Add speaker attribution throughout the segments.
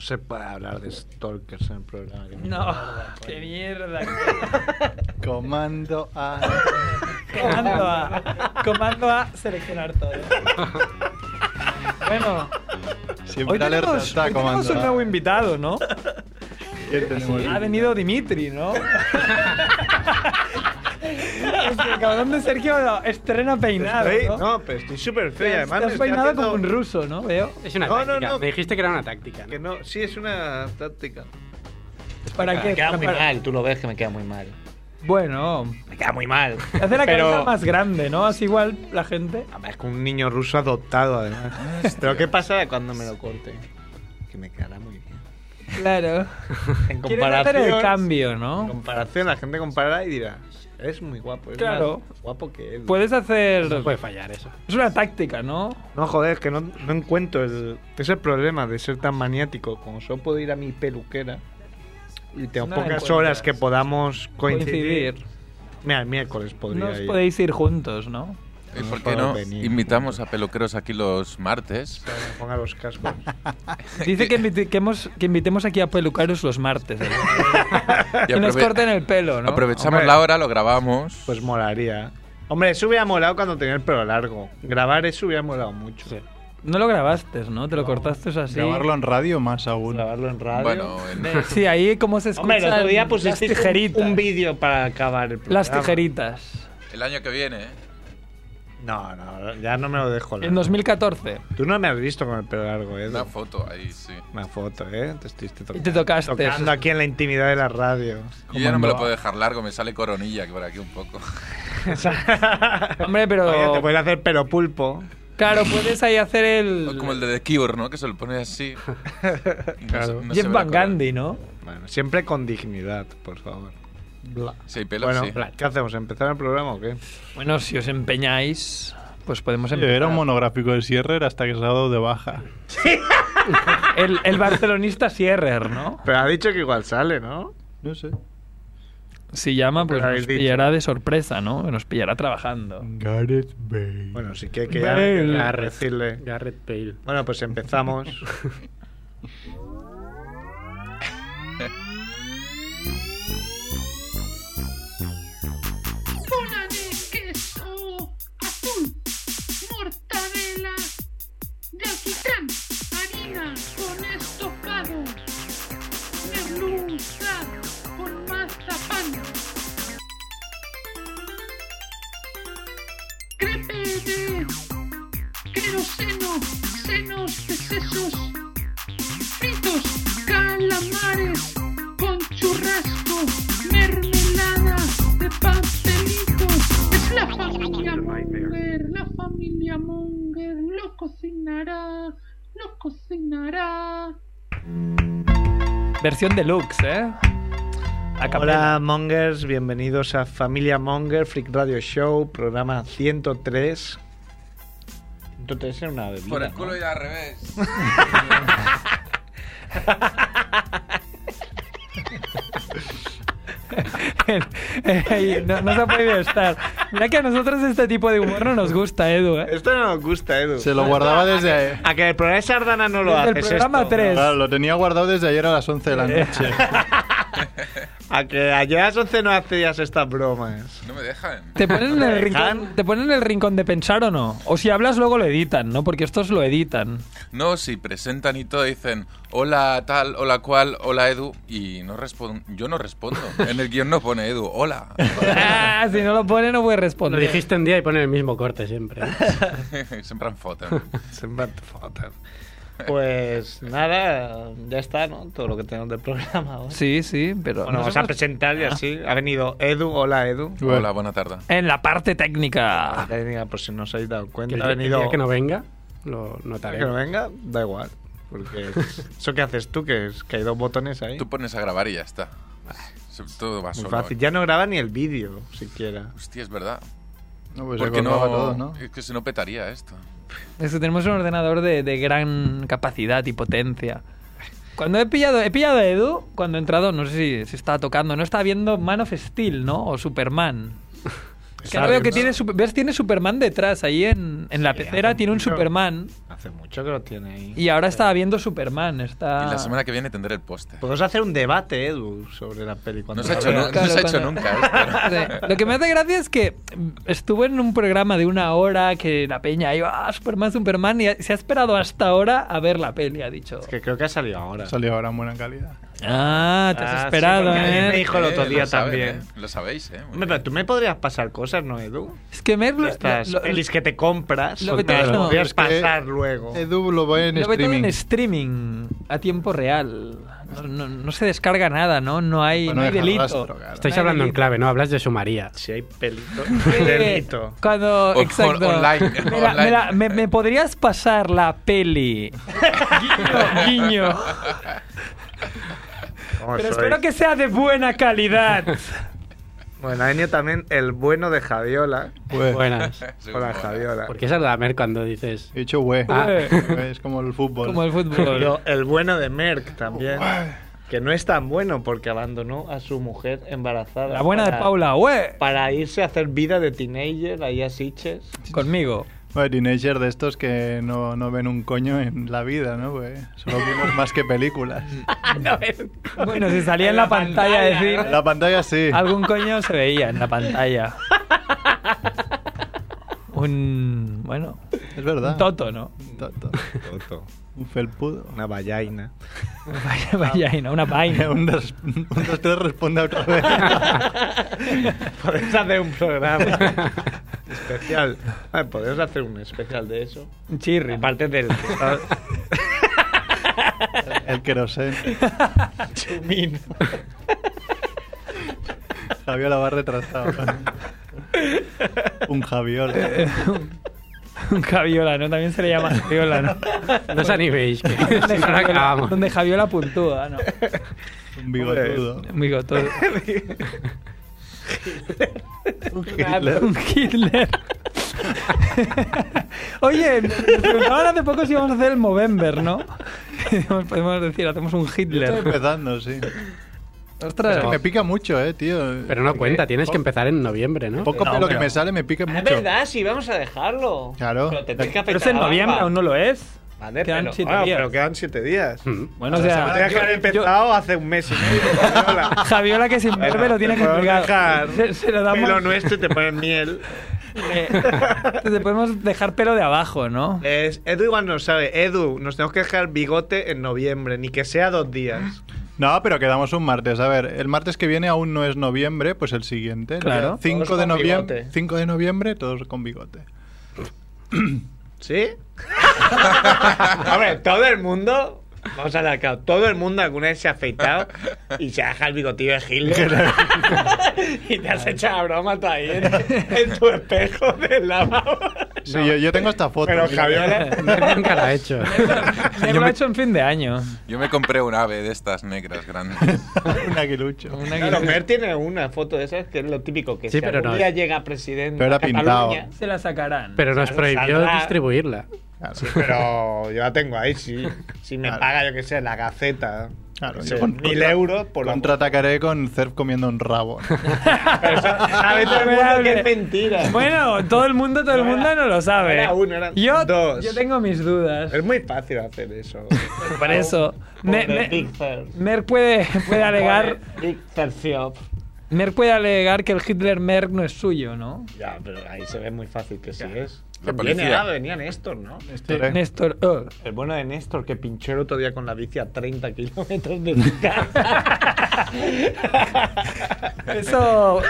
Speaker 1: se puede hablar de stalkers en el programa. que
Speaker 2: No, qué mierda.
Speaker 1: Comando A.
Speaker 2: Comando A. Comando A, seleccionar todo. Bueno, hoy
Speaker 1: Siempre alerta
Speaker 2: tenemos,
Speaker 1: está
Speaker 2: hoy tenemos
Speaker 1: Comando
Speaker 2: un
Speaker 1: A.
Speaker 2: nuevo invitado, ¿no?
Speaker 1: ¿Quién tenemos?
Speaker 2: Ha venido Dimitri, ¿no? Es que el cabrón de Sergio no, estrena peinado,
Speaker 1: Estoy-
Speaker 2: ¿no?
Speaker 1: No, pero estoy súper feo. y
Speaker 2: Te has-
Speaker 1: Además, me
Speaker 2: te has
Speaker 1: estoy
Speaker 2: peinado
Speaker 1: haciendo-
Speaker 2: como un ruso, ¿no? Veo.
Speaker 3: Es una
Speaker 1: No, no,
Speaker 3: táctica.
Speaker 1: no.
Speaker 3: Me dijiste que era una táctica. ¿no?
Speaker 1: Que no, sí, es una táctica.
Speaker 2: ¿Para qué?
Speaker 4: Me queda
Speaker 2: Para-
Speaker 4: muy
Speaker 2: para-
Speaker 4: mal, tú lo ves que me queda muy mal.
Speaker 2: Bueno,
Speaker 4: Me queda muy mal.
Speaker 2: hace la
Speaker 4: Pero-
Speaker 2: cabeza más grande, ¿no? Así igual la gente.
Speaker 1: Además, es con un niño ruso adoptado, además.
Speaker 4: Pero ¿qué pasa cuando me lo corte? Que me quedará muy bien.
Speaker 2: Claro.
Speaker 4: En
Speaker 2: Quieren hacer el
Speaker 4: comparación-
Speaker 2: cambio,
Speaker 1: En
Speaker 2: ¿no?
Speaker 1: comparación, la gente comparará y dirá: Eres muy guapo. Es
Speaker 2: Claro. Pues
Speaker 1: más guapo que él.
Speaker 2: Puedes hacer.
Speaker 3: No puede fallar eso.
Speaker 2: Es una táctica, ¿no?
Speaker 1: No, joder, que no, no encuentro el, es el problema de ser tan maniático. Como solo puedo ir a mi peluquera y tengo
Speaker 2: No
Speaker 1: pocas
Speaker 2: encuentras.
Speaker 1: horas que podamos coincidir.
Speaker 2: Coincidir.
Speaker 1: Mira, el miércoles podría
Speaker 2: No os
Speaker 1: ir.
Speaker 2: podéis ir juntos, ¿no?
Speaker 5: ¿Y
Speaker 1: No
Speaker 5: por
Speaker 1: puedo
Speaker 5: qué no
Speaker 1: venir.
Speaker 5: invitamos a peluqueros aquí los martes?
Speaker 1: Pero me Ponga los cascos.
Speaker 2: Dice que, invite- que hemos- que invitemos aquí a pelucaros los martes. ¿eh?
Speaker 5: Y
Speaker 2: que nos
Speaker 5: aprove-
Speaker 2: corten el pelo, ¿no?
Speaker 5: Aprovechamos
Speaker 1: Hombre.
Speaker 5: la hora, lo grabamos.
Speaker 1: Pues molaría. Hombre, eso hubiera molado cuando tenía el pelo largo. Grabar eso hubiera molado mucho.
Speaker 2: No lo grabaste, ¿no? Te lo cortaste así.
Speaker 6: Grabarlo en radio más aún.
Speaker 4: Grabarlo en radio.
Speaker 5: bueno, en-
Speaker 2: Sí, ahí como se escucha.
Speaker 4: Hombre, el otro día
Speaker 2: las
Speaker 4: pusiste
Speaker 2: tijeritas.
Speaker 4: un, un vídeo para acabar el programa.
Speaker 2: Las tijeritas.
Speaker 5: el año que viene. ¿eh?
Speaker 1: No, no, ya no me lo dejo.
Speaker 2: En
Speaker 1: largo.
Speaker 2: 2014.
Speaker 1: Tú no me has visto con el pelo largo, ¿eh?
Speaker 5: Una foto ahí, sí.
Speaker 1: Una foto, ¿eh? Te estuviste
Speaker 2: Y
Speaker 1: tocando.
Speaker 2: te tocaste.
Speaker 1: Tocando aquí en la intimidad de la radio.
Speaker 5: Yo ya no me
Speaker 2: Comando
Speaker 5: lo
Speaker 2: A.
Speaker 5: puedo dejar largo, me sale coronilla que por aquí un poco.
Speaker 2: Hombre, pero-
Speaker 1: Oye, te puedes hacer pelo pulpo.
Speaker 2: Claro, puedes ahí hacer el.
Speaker 5: Como el de The Cure, ¿no? Que se lo pone así. Y no se- no se
Speaker 2: Jeff
Speaker 5: ve la
Speaker 2: Van
Speaker 5: corona.
Speaker 2: Gandhi, ¿no?
Speaker 1: Bueno, siempre con dignidad, por favor.
Speaker 5: Si hay pelo,
Speaker 1: bueno,
Speaker 5: sí.
Speaker 1: ¿qué hacemos? ¿Empezar el programa o qué?
Speaker 2: Bueno, si os empeñáis, pues podemos
Speaker 6: Sí,
Speaker 2: empezar.
Speaker 6: Era un monográfico de Sierrer hasta que se ha dado de baja.
Speaker 2: el, el barcelonista Sierrer, ¿no?
Speaker 1: Pero ha dicho que igual sale, ¿no?
Speaker 6: No sé.
Speaker 2: Si llama, pues
Speaker 1: Pero habéis
Speaker 2: nos
Speaker 1: dicho.
Speaker 2: pillará de sorpresa, ¿no? Nos pillará trabajando.
Speaker 6: Gareth Bale.
Speaker 1: Bueno, sí que hay que
Speaker 2: Bale.
Speaker 1: ya- ya decirle.
Speaker 4: Garrett Pale.
Speaker 1: Bueno, pues empezamos.
Speaker 7: bola de queso azul, mortadela de alquitrán, harina con estofado, merluza con mazapán, crepe de queroseno, senos de sesos, fritos, calamares con churrasco, mermelada de pastelitos. Es la familia Munger, la familia Munger lo cocinará, lo cocinará.
Speaker 2: Versión deluxe, ¿eh? A capela.
Speaker 1: Hola, Mongers. Bienvenidos a Familia Monger, Freak Radio Show, programa 103. 103 era una bebida.
Speaker 5: Por el
Speaker 1: ¿no?
Speaker 5: culo y al revés.
Speaker 2: Ey, no, no se ha podido estar. Mira que a nosotros este tipo de humor no nos gusta, Edu, ¿eh?
Speaker 1: Esto no nos gusta, Edu.
Speaker 6: Se lo guardaba desde.
Speaker 1: A que el programa de Sardana no lo
Speaker 2: Desde el
Speaker 1: haces
Speaker 2: programa
Speaker 1: esto.
Speaker 2: tres.
Speaker 6: Claro, lo tenía guardado desde ayer a las 11 de la noche.
Speaker 1: A que ayer a las 11 no hacías estas bromas.
Speaker 5: No me dejan.
Speaker 2: ¿Te ponen, en el
Speaker 1: dejan?
Speaker 2: rincón, ¿Te ponen en el rincón de pensar o no? O si hablas luego lo editan, ¿no? Porque estos lo editan.
Speaker 5: No, si presentan y todo dicen hola tal, hola cual, hola Edu y no respondo. Yo no respondo. En el guión no pone Edu, hola.
Speaker 2: Ah, si no lo ponen no puedes
Speaker 3: Lo
Speaker 2: responder.
Speaker 3: dijiste un día y pone el mismo corte siempre.
Speaker 5: Siempre en foto.
Speaker 1: Siempre te faltan. Pues nada, ya está, ¿no? Todo lo que tenemos del programa. hoy.
Speaker 2: Sí, sí, pero...
Speaker 1: Bueno, vamos a
Speaker 2: nosotros-
Speaker 1: presentar y así. Ha venido Edu. Hola, Edu.
Speaker 5: Hola, buena tarde.
Speaker 2: Ah, En la parte técnica.
Speaker 1: Ya venía, por si no os habéis dado
Speaker 3: Que
Speaker 1: cuenta.
Speaker 3: el,
Speaker 1: Ha
Speaker 3: día- el
Speaker 1: venido.
Speaker 3: día que no venga, lo
Speaker 1: que
Speaker 3: notaré.
Speaker 1: no venga, da igual. Porque eso que haces tú, que, es, que hay dos botones ahí.
Speaker 5: Tú pones a grabar y ya está. So- Todo va
Speaker 1: Muy
Speaker 5: solo.
Speaker 1: fácil. Ya no graba ni el vídeo, siquiera.
Speaker 5: Hostia, es verdad.
Speaker 6: No, pues se
Speaker 5: Porque no,
Speaker 6: colgaba todo, ¿no?
Speaker 5: Es que si no petaría esto.
Speaker 2: Es que tenemos un ordenador de, de gran capacidad y potencia. Cuando he pillado, he pillado a Edu, cuando he entrado, no sé si, si estaba tocando, no estaba viendo Man of Steel, ¿no? O Superman.
Speaker 1: que
Speaker 2: Que no veo que tiene, super- ¿Ves? Tiene Superman detrás. Ahí en, en la
Speaker 1: Sí,
Speaker 2: pecera
Speaker 1: hace
Speaker 2: tiene un
Speaker 1: mucho.
Speaker 2: Superman.
Speaker 1: Hace mucho que lo tiene ahí.
Speaker 2: Y ahora estaba viendo Superman. Está...
Speaker 5: Y
Speaker 6: Ah.
Speaker 5: la semana que viene tendré el póster.
Speaker 6: Pues,
Speaker 1: Podemos hacer un debate, Edu, sobre la peli.
Speaker 5: No
Speaker 1: Cuando
Speaker 5: se ha
Speaker 1: la
Speaker 5: hecho,
Speaker 1: veas.
Speaker 5: nu- no se ha hecho
Speaker 2: Claro,
Speaker 5: nunca. ¿eh? esto, ¿no?
Speaker 2: Sí. Lo que me hace gracia es que mm, estuvo en un programa de una hora que la peña iba, ah, Superman, Superman, y se ha esperado hasta ahora a ver la peli, ha dicho.
Speaker 1: Es que creo que ha salido ahora.
Speaker 6: Salió ahora en buena calidad.
Speaker 2: Ah, te has
Speaker 1: Ah, sí,
Speaker 2: esperado,
Speaker 1: porque a mí
Speaker 2: ¿eh?
Speaker 1: me dijo el otro
Speaker 5: Eh,
Speaker 1: día
Speaker 5: lo saben,
Speaker 1: también.
Speaker 5: eh, Lo sabéis, ¿eh? Muy
Speaker 1: Hombre,
Speaker 5: bien.
Speaker 1: pero tú me podrías pasar cosas, ¿no, Edu?
Speaker 2: Es que Mer
Speaker 1: De
Speaker 2: lo-
Speaker 1: Estas
Speaker 2: lo-
Speaker 1: pelis que te compras,
Speaker 2: lo que
Speaker 1: me
Speaker 2: te-
Speaker 1: las
Speaker 2: no,
Speaker 1: podrías
Speaker 6: es que-
Speaker 1: pasar
Speaker 5: Oh.
Speaker 1: luego.
Speaker 6: Edu lo ve en
Speaker 2: lo ve todo en
Speaker 6: streaming.
Speaker 2: streaming, a tiempo real. No, no- no se descarga nada, ¿no? No hay,
Speaker 6: Para
Speaker 2: no
Speaker 6: no
Speaker 2: hay
Speaker 6: dejar
Speaker 2: delito.
Speaker 6: rastro, claro.
Speaker 2: No
Speaker 3: Estáis
Speaker 2: hay
Speaker 3: hablando en
Speaker 2: delito.
Speaker 3: clave, ¿no? Hablas de su María.
Speaker 1: Si hay pelito.
Speaker 2: Sí,
Speaker 1: Pelito.
Speaker 2: Eh, Cuando,
Speaker 5: O-
Speaker 2: exacto.
Speaker 5: on- online,
Speaker 2: Me, la- me la-
Speaker 5: online.
Speaker 2: me- me podrías pasar la peli. guiño, guiño.
Speaker 1: ¿Cómo
Speaker 2: Pero
Speaker 1: sois?
Speaker 2: espero que sea de buena calidad.
Speaker 1: Bueno, ha venido también el bueno de Javiola.
Speaker 6: Güey.
Speaker 3: Buenas.
Speaker 1: Hola, Javiola.
Speaker 3: ¿Por qué saludame cuando dices
Speaker 6: He dicho güey.
Speaker 2: Ah.
Speaker 6: Güey, Es como el fútbol.
Speaker 2: Como el fútbol.
Speaker 1: Yo, el bueno de Merck también. Que no es tan bueno porque abandonó a su mujer embarazada.
Speaker 2: la buena de
Speaker 1: para-
Speaker 2: Paula, güey.
Speaker 1: Para irse a hacer vida de teenager ahí a Siches.
Speaker 2: Conmigo.
Speaker 6: Bueno, teenager de estos que no, no ven un coño en la vida, ¿no? Güey? Solo vimos más que películas.
Speaker 2: Bueno, si salía en la pantalla de cine,
Speaker 6: La pantalla sí.
Speaker 2: algún coño se veía en la pantalla. Un. Bueno,
Speaker 6: Es verdad.
Speaker 2: un toto, ¿no?
Speaker 6: Toto. Un felpudo.
Speaker 1: Una vallaina.
Speaker 2: Vaya, vaya, y no, una vaina.
Speaker 6: un, dos, un dos, tres responde otra vez.
Speaker 1: Podéis hacer un programa especial. Vale, Podéis hacer un especial de eso.
Speaker 2: Un chirri.
Speaker 1: Aparte del que está
Speaker 6: El querosén.
Speaker 1: chumino.
Speaker 6: Javiola va retrasado. Un Javiola.
Speaker 2: Un Javiola, ¿no? También se le llama Javiola, ¿no?
Speaker 3: No os animéis, que si no la acabamos.
Speaker 2: Donde Javiola puntúa, ¿no?
Speaker 6: Un bigotudo.
Speaker 2: Amigo, todo.
Speaker 6: Un Hitler.
Speaker 2: Un Hitler. Oye, nos preguntaban hace poco si íbamos a hacer el Movember, ¿no? Podemos decir, hacemos un
Speaker 6: Estoy
Speaker 2: Hitler.
Speaker 6: empezando, sí.
Speaker 2: Ostras,
Speaker 6: Me pica mucho, eh, tío.
Speaker 3: Pero no cuenta, tienes que empezar en noviembre, ¿no?
Speaker 6: Poco
Speaker 2: No,
Speaker 6: pelo que
Speaker 2: pero-
Speaker 6: me sale me pica mucho.
Speaker 1: sí, vamos a dejarlo.
Speaker 6: Claro.
Speaker 1: Pero te pica
Speaker 2: pero es en noviembre, aún no lo es.
Speaker 1: Vale,
Speaker 2: Quedan
Speaker 1: pero,
Speaker 2: siete
Speaker 1: ah,
Speaker 2: días.
Speaker 1: pero quedan siete días.
Speaker 3: Mm.
Speaker 2: Bueno, o
Speaker 1: Tendría
Speaker 2: sea,
Speaker 1: que haber empezado hace un mes y medio. Javiola.
Speaker 2: Javiola que se envuelve lo tiene
Speaker 1: Te podemos
Speaker 2: complicado.
Speaker 1: dejar
Speaker 2: Se, se lo damos.
Speaker 1: Pelo nuestro y te ponen miel.
Speaker 2: Eh, te podemos dejar pelo de abajo, ¿no?
Speaker 1: Es- Edu igual no sabe. Edu, nos tenemos que dejar bigote en noviembre, ni que sea dos días.
Speaker 6: No, pero quedamos un martes. A ver, el martes que viene aún no es noviembre, pues el siguiente. el día
Speaker 2: Claro.
Speaker 6: 5
Speaker 1: Todos
Speaker 6: de,
Speaker 1: con
Speaker 6: noviembre,
Speaker 1: bigote.
Speaker 6: 5 de noviembre, todos con bigote.
Speaker 1: ¿Sí? Hombre, todo el mundo. Vamos a dar claro, todo el mundo alguna vez se ha afeitado y se deja el bigotillo de Hitler. y te has hecho la broma todavía en, en tu espejo del lavabo.
Speaker 6: Sí, yo, yo tengo esta foto.
Speaker 1: Pero
Speaker 6: sí.
Speaker 1: Javiola.
Speaker 3: Nunca la he hecho.
Speaker 2: Yo lo he hecho en fin de año.
Speaker 5: Yo me compré un ave de estas negras grandes.
Speaker 6: un aguilucho.
Speaker 2: Una
Speaker 1: Claro,
Speaker 2: guirnalda.
Speaker 1: Mer tiene una foto de esas que es lo típico que
Speaker 3: Sí,
Speaker 1: si
Speaker 3: pero
Speaker 1: algún
Speaker 3: no
Speaker 1: día
Speaker 3: es-
Speaker 1: llega presidente
Speaker 6: Pero era
Speaker 1: a Cataluña,
Speaker 6: pintado.
Speaker 2: se la sacarán.
Speaker 3: Pero nos
Speaker 1: Claro,
Speaker 3: prohibió
Speaker 1: saldrá.
Speaker 3: distribuirla.
Speaker 6: Claro.
Speaker 1: Sí, pero yo la tengo ahí, sí. Si me
Speaker 6: Claro.
Speaker 1: paga, yo que sé, la Gaceta,
Speaker 6: Claro,
Speaker 1: no
Speaker 6: yo
Speaker 1: sé,
Speaker 6: con-
Speaker 1: mil
Speaker 6: contra-
Speaker 1: euros por la
Speaker 6: Contraatacaré con Cerf comiendo un rabo.
Speaker 1: Pero eso- sabe todo el mundo que es mentira.
Speaker 2: Bueno, todo el mundo, todo el
Speaker 1: No era-
Speaker 2: mundo no lo sabe.
Speaker 1: no era uno, eran
Speaker 2: yo,
Speaker 1: dos.
Speaker 2: yo tengo mis dudas.
Speaker 1: Es muy fácil hacer eso.
Speaker 2: Por eso. Me-
Speaker 1: Me,
Speaker 2: me- Merck puede, puede alegar.
Speaker 1: Big Cerciop.
Speaker 2: Merck puede alegar que el Hitler Merck no es suyo, ¿no?
Speaker 1: Ya, pero ahí se ve muy fácil que sí es.
Speaker 5: La
Speaker 1: Viene,
Speaker 5: policía.
Speaker 1: ah, venía Néstor, ¿no?
Speaker 6: Estaré.
Speaker 2: Néstor. oh.
Speaker 1: El bueno de Néstor que pinchó el otro día con la bici a 30 kilómetros de su casa.
Speaker 2: Eso.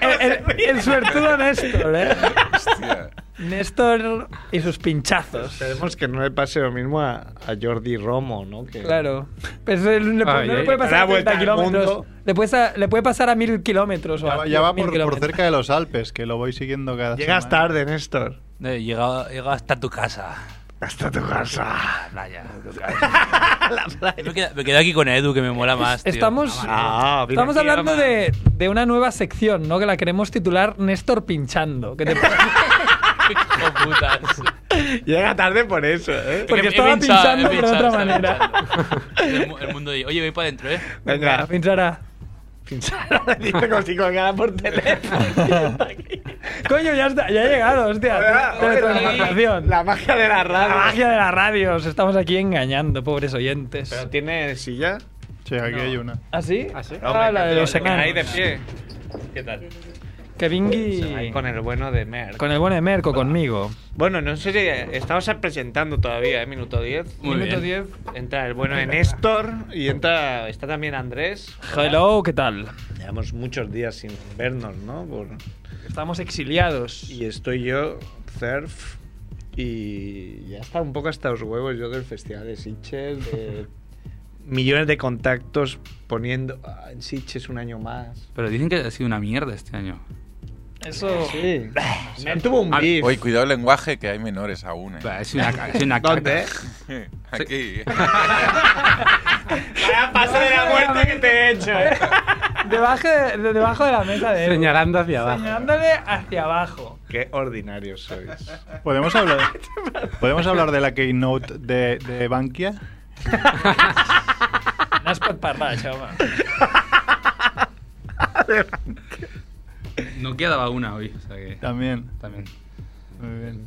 Speaker 2: El, el- el suertudo Néstor, ¿eh?
Speaker 5: Hostia.
Speaker 2: Néstor y sus pinchazos.
Speaker 1: Esperemos que no le pase lo mismo a, a Jordi Romo, ¿no? Que
Speaker 2: Claro. Pero eso le- no
Speaker 3: Ay,
Speaker 2: le
Speaker 3: ay,
Speaker 2: puede
Speaker 1: da
Speaker 2: pasar a
Speaker 1: vuelta
Speaker 2: 30
Speaker 1: al
Speaker 2: kilómetros.
Speaker 1: mundo.
Speaker 2: Le puede, sa- le puede pasar a mil kilómetros. O
Speaker 6: Ya
Speaker 2: a
Speaker 6: va, ya va
Speaker 2: 10.000
Speaker 6: por, por
Speaker 2: kilómetros.
Speaker 6: cerca de los Alpes, que lo voy siguiendo cada
Speaker 1: Llegas
Speaker 6: semana.
Speaker 1: tarde, Néstor.
Speaker 8: Eh, Llega, llega hasta tu casa.
Speaker 1: Hasta tu casa.
Speaker 8: La playa. me, quedo, me quedo aquí con Edu, que me mola más. tío.
Speaker 2: Estamos,
Speaker 1: Ah, mira
Speaker 2: estamos
Speaker 1: aquí,
Speaker 2: hablando
Speaker 1: ama.
Speaker 2: de, de una nueva sección, ¿no? Que la queremos titular Néstor pinchando. Que te-
Speaker 8: Hijo putas.
Speaker 1: Llega tarde por eso, ¿eh?
Speaker 2: Porque
Speaker 8: He- he
Speaker 2: estaba
Speaker 8: pinchado,
Speaker 2: pinchando,
Speaker 8: he
Speaker 2: pero de
Speaker 8: pinchado,
Speaker 2: otra
Speaker 8: estaba
Speaker 2: manera.
Speaker 8: pinchando. El, mu- el mundo de. Oye, voy para adentro, ¿eh?
Speaker 1: Venga,
Speaker 2: pinchará.
Speaker 1: pinchar. Dice consigo ganar por teléfono.
Speaker 2: Coño, ya, está, ya he llegado, hostia.
Speaker 1: Hola, hola,
Speaker 2: Teletransportación.
Speaker 1: La magia de la
Speaker 2: La
Speaker 1: radio.
Speaker 2: magia de la radio. Os estamos aquí engañando, pobres oyentes.
Speaker 1: ¿Pero tiene silla?
Speaker 6: Sí, aquí hay una.
Speaker 2: ¿Ah, sí?
Speaker 3: ¿Ah, sí?
Speaker 2: Ah, la de los
Speaker 1: se quedáis de
Speaker 2: enanos.
Speaker 1: pie. ¿Qué tal?
Speaker 2: Que Vingui...
Speaker 1: Ahí con el bueno de Merck.
Speaker 2: Con el buen Emerco, conmigo.
Speaker 1: Bueno, no sé si estamos presentando todavía, ¿eh? Minuto 10.
Speaker 8: Muy
Speaker 1: Minuto
Speaker 8: bien.
Speaker 1: 10. Entra el bueno de Néstor y entra. Está también Andrés.
Speaker 2: Hello, ¿qué tal?
Speaker 1: Llevamos muchos días sin vernos, ¿no? Por-
Speaker 2: Estamos exiliados.
Speaker 1: Y estoy yo, Cerf. Y ya está un poco hasta los huevos yo del Festival de Sitges, de millones de contactos poniendo ah, en Sitges un año más.
Speaker 8: Pero dicen que ha sido una mierda este año.
Speaker 2: Eso.
Speaker 1: Sí. Me tuvo un
Speaker 8: Ah,
Speaker 1: beef.
Speaker 5: Oye, cuidado el lenguaje, que hay menores aún.
Speaker 8: Bah, Es una, ca- es una caca.
Speaker 1: ¿Dónde?
Speaker 5: ¿eh? Aquí.
Speaker 1: Vaya paso de la muerte que te he hecho, eh.
Speaker 2: Debajo de, de- debajo de la mesa de. Edu.
Speaker 3: Señalando hacia abajo.
Speaker 2: Señalándole hacia abajo.
Speaker 1: Qué ordinarios sois.
Speaker 6: ¿Podemos hablar, ¿podemos hablar de la keynote de, de Bankia?
Speaker 2: No es por parlar, chaval.
Speaker 8: No quedaba una hoy. O sea que.
Speaker 6: También.
Speaker 8: También.
Speaker 6: Muy bien.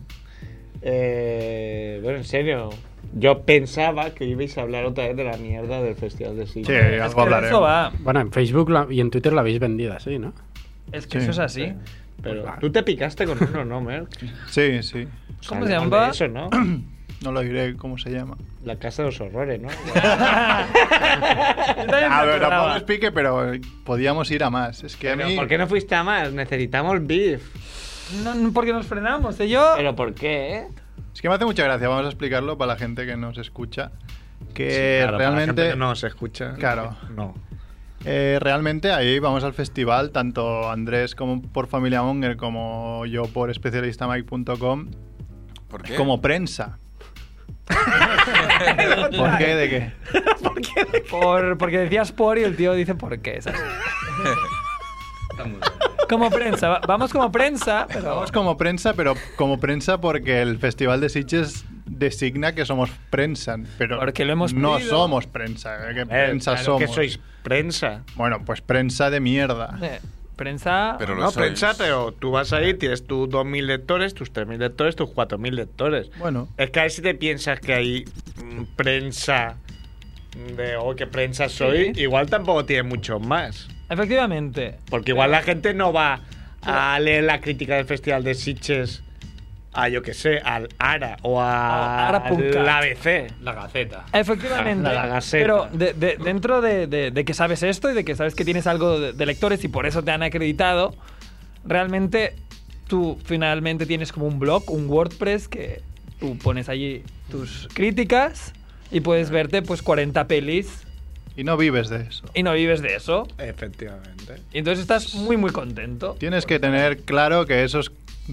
Speaker 1: Eh, bueno, en serio. Yo pensaba que ibais a hablar otra vez de la mierda del Festival de
Speaker 6: Sí,
Speaker 1: Sitges.
Speaker 2: Es que de
Speaker 6: algo
Speaker 2: eso
Speaker 6: hablaremos.
Speaker 2: va.
Speaker 3: Bueno, en Facebook la- y en Twitter la habéis vendido así, ¿no?
Speaker 2: Es que
Speaker 6: Sí,
Speaker 2: eso es así.
Speaker 1: Pero tú te picaste con uno, ¿no, Merck?
Speaker 6: Sí, sí.
Speaker 2: ¿Cómo
Speaker 1: Hablemos
Speaker 2: se
Speaker 1: de
Speaker 2: llama?
Speaker 1: Eso, ¿no?
Speaker 6: No lo diré cómo se llama.
Speaker 1: La casa de los horrores, ¿no?
Speaker 2: Yo también me
Speaker 6: A ver,
Speaker 2: acordaba.
Speaker 6: tampoco os pique, pero eh, podíamos ir a más. Es que a
Speaker 1: Pero,
Speaker 6: mí.
Speaker 1: ¿Por qué no fuiste a más? Necesitamos beef.
Speaker 2: No, no, porque nos frenamos. ¿eh? Yo.
Speaker 1: ¿Pero por qué, eh?
Speaker 6: Es que me hace mucha gracia. Vamos a explicarlo para la gente que nos escucha. Que realmente.
Speaker 1: no se escucha.
Speaker 6: Claro.
Speaker 1: No.
Speaker 6: Eh, realmente ahí vamos al festival, tanto Andrés como por Familia Monger como yo por especialistamike.com,
Speaker 5: ¿Por qué?
Speaker 6: como prensa. ¿Por qué? ¿De qué?
Speaker 2: Por, porque decías por y el tío dice por qué. ¿sabes? Como prensa. va- Vamos como prensa, pero.
Speaker 6: Vamos como prensa, pero como prensa porque el Festival de Sitges designa que somos prensa, pero
Speaker 2: Porque lo hemos
Speaker 6: no
Speaker 2: pedido.
Speaker 6: somos prensa, que prensa somos.
Speaker 1: Eh, que sois prensa.
Speaker 6: Bueno, pues prensa de mierda.
Speaker 2: Eh, Prensa.
Speaker 5: Pero lo
Speaker 1: No,
Speaker 5: sois.
Speaker 1: prensa, pero oh. tú vas ahí, tienes tus 2.000 lectores, tus 3.000 lectores, tus 4.000 lectores.
Speaker 6: Bueno,
Speaker 1: Es que a ver si te piensas que hay mm, prensa de oh, qué prensa soy, igual tampoco tiene muchos más.
Speaker 2: Efectivamente.
Speaker 1: Porque igual la gente no va a leer la crítica del Festival de Sitges a yo que sé, al ARA o
Speaker 2: Al
Speaker 1: a
Speaker 2: ara.cat.
Speaker 1: la ABC.
Speaker 8: La gaceta.
Speaker 2: Efectivamente.
Speaker 1: Ah, La- la Gaceta.
Speaker 2: Pero de- de- dentro de, de- de que sabes esto y de que sabes que tienes algo de, de lectores y por eso te han acreditado, realmente tú finalmente tienes como un blog, un WordPress que tú pones allí tus críticas y puedes verte pues 40 pelis
Speaker 6: y no vives de eso.
Speaker 2: y no vives de eso.
Speaker 1: Efectivamente.
Speaker 2: Y entonces estás muy muy contento.
Speaker 6: Tienes que tener claro que eso es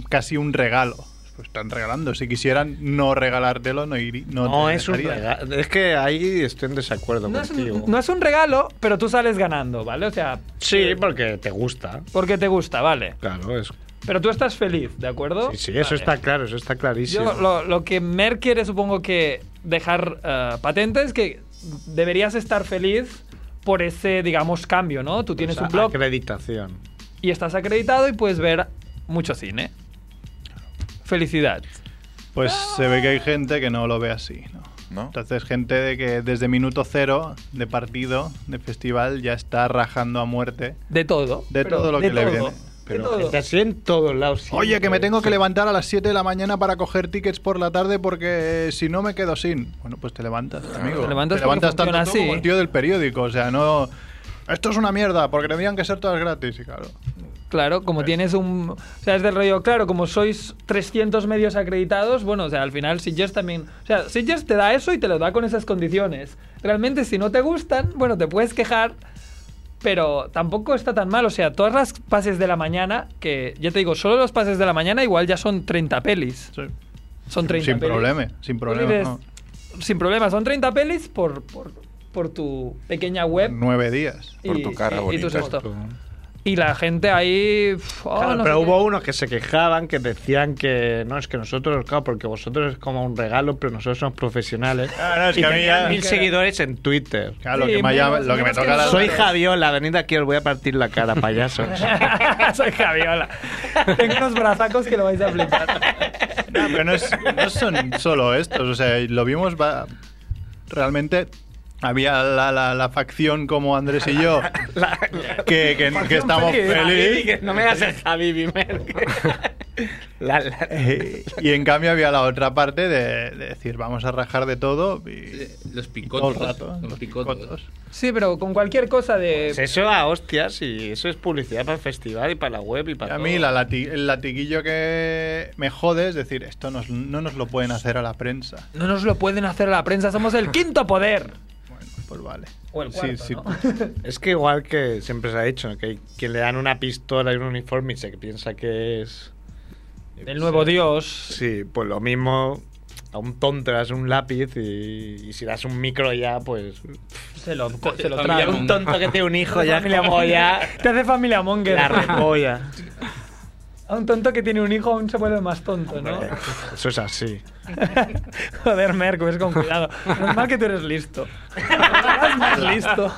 Speaker 6: casi un regalo. Pues están regalando. Si quisieran no regalártelo, no iría. No,
Speaker 1: No,
Speaker 6: te
Speaker 1: es un
Speaker 6: dejarían.
Speaker 1: regalo. Es que ahí estoy en desacuerdo
Speaker 2: No es,
Speaker 1: contigo.
Speaker 2: un, no es un regalo, pero tú sales ganando, ¿vale? O sea, eh,
Speaker 1: Sí, porque te gusta.
Speaker 2: porque te gusta, ¿vale?
Speaker 1: Claro, es...
Speaker 2: Pero tú estás feliz, ¿de acuerdo?
Speaker 1: sí, sí, eso
Speaker 2: Vale.
Speaker 1: está claro, eso está clarísimo.
Speaker 2: Yo lo, lo que Mer quiere, supongo que dejar eh, patente es que deberías estar feliz por ese, digamos, cambio, ¿no? Tú tienes
Speaker 1: O sea,
Speaker 2: un blog
Speaker 1: Acreditación.
Speaker 2: y estás acreditado y puedes ver mucho cine. Felicidad.
Speaker 6: Pues se ve que hay gente que no lo ve así, ¿no?
Speaker 5: ¿No?
Speaker 6: Entonces, gente de que desde minuto cero de partido, de festival, ya está rajando a muerte.
Speaker 2: De todo.
Speaker 6: De todo lo
Speaker 2: de
Speaker 6: que le
Speaker 2: todo,
Speaker 6: viene.
Speaker 2: de
Speaker 1: Pero
Speaker 2: todo.
Speaker 1: está así en todos lados.
Speaker 6: Oye, que me
Speaker 1: siempre.
Speaker 6: tengo que levantar a las 7 de la mañana para coger tickets por la tarde porque eh, si no me quedo sin. Bueno, pues te levantas, amigo.
Speaker 2: Te levantas porque
Speaker 6: tanto
Speaker 2: funciona
Speaker 6: tú
Speaker 2: así.
Speaker 6: como el tío del periódico, o sea, no... Esto es una mierda, porque tendrían que ser todas gratis, y claro.
Speaker 2: Claro, como tienes un... O sea, es del rollo, claro, como sois 300 medios acreditados, bueno, o sea, al final Sitges también... O sea, Sitges te da eso y te lo da con esas condiciones. Realmente, si no te gustan, bueno, te puedes quejar, pero tampoco está tan mal. O sea, todas las pases de la mañana, que ya te digo, solo los pases de la mañana igual ya son 30 pelis.
Speaker 6: Sí.
Speaker 2: Son 30
Speaker 6: Sin
Speaker 2: pelis.
Speaker 6: problema, sin
Speaker 2: Tú
Speaker 6: problema.
Speaker 2: dices,
Speaker 6: no.
Speaker 2: Sin problema, son 30 pelis por, por, por tu pequeña web.
Speaker 6: Nueve días.
Speaker 5: Por tu cara
Speaker 2: y tus
Speaker 5: bonita.
Speaker 2: esto. Y la gente ahí. pf, oh,
Speaker 1: Claro,
Speaker 2: no
Speaker 1: pero
Speaker 2: sé qué.
Speaker 1: hubo unos que se quejaban, que decían que no, es que nosotros, claro, porque vosotros es como un regalo, pero nosotros somos profesionales.
Speaker 6: Ah, no, es
Speaker 1: Y
Speaker 6: que a mí
Speaker 1: tenían
Speaker 6: ya-
Speaker 1: mil seguidores en Twitter.
Speaker 6: Claro, lo
Speaker 2: Sí,
Speaker 6: que me,
Speaker 2: menos-
Speaker 6: llama- lo que me
Speaker 2: menos
Speaker 6: toca
Speaker 2: que
Speaker 6: la.
Speaker 1: Soy Javiola, venid aquí, os voy a partir la cara, payasos.
Speaker 2: Soy Javiola. Tengo unos brazacos que lo vais a flipar.
Speaker 6: No, pero no, es- no son solo estos. O sea, lo vimos va- realmente. Había la, la- la facción como Andrés y yo, que, que- que estamos felices.
Speaker 1: no me hagas el Javi Bimer. La- la-
Speaker 6: Eh, Y en cambio había la otra parte de, de decir, vamos a rajar de todo y
Speaker 9: Los
Speaker 6: todo
Speaker 9: picotos.
Speaker 6: el rato.
Speaker 9: Los picotos.
Speaker 2: Sí, pero con cualquier cosa de.
Speaker 1: Pues eso a hostias y eso es publicidad para el festival y para la web y
Speaker 6: Y
Speaker 1: para
Speaker 6: a mí
Speaker 1: todo.
Speaker 6: la lati- el latiguillo que me jode es decir, esto nos- no nos lo pueden hacer a la prensa.
Speaker 2: No nos lo pueden hacer a la prensa, somos el quinto poder.
Speaker 6: Bueno, pues vale.
Speaker 2: O el
Speaker 6: Sí,
Speaker 2: cuarto,
Speaker 6: sí.
Speaker 2: ¿no?
Speaker 1: Es que igual que siempre se ha dicho, ¿no? que hay quien le dan una pistola y un uniforme y se piensa que es...
Speaker 2: el nuevo dios.
Speaker 1: Sí, pues lo mismo a un tonto le das un lápiz y, y si das un micro ya, pues...
Speaker 2: Se lo, se lo
Speaker 9: Familia
Speaker 2: trae.
Speaker 9: Mon-
Speaker 1: Un tonto que tiene un hijo ya,
Speaker 2: Familia
Speaker 1: como
Speaker 2: Monger.
Speaker 1: ya...
Speaker 2: Te hace familia Monger.
Speaker 1: La repolla.
Speaker 2: A un tonto que tiene un hijo aún se vuelve más tonto, ¿no?
Speaker 1: Eso es así.
Speaker 2: Joder, Merco, es con cuidado. Normal que tú eres listo. Eres más listo.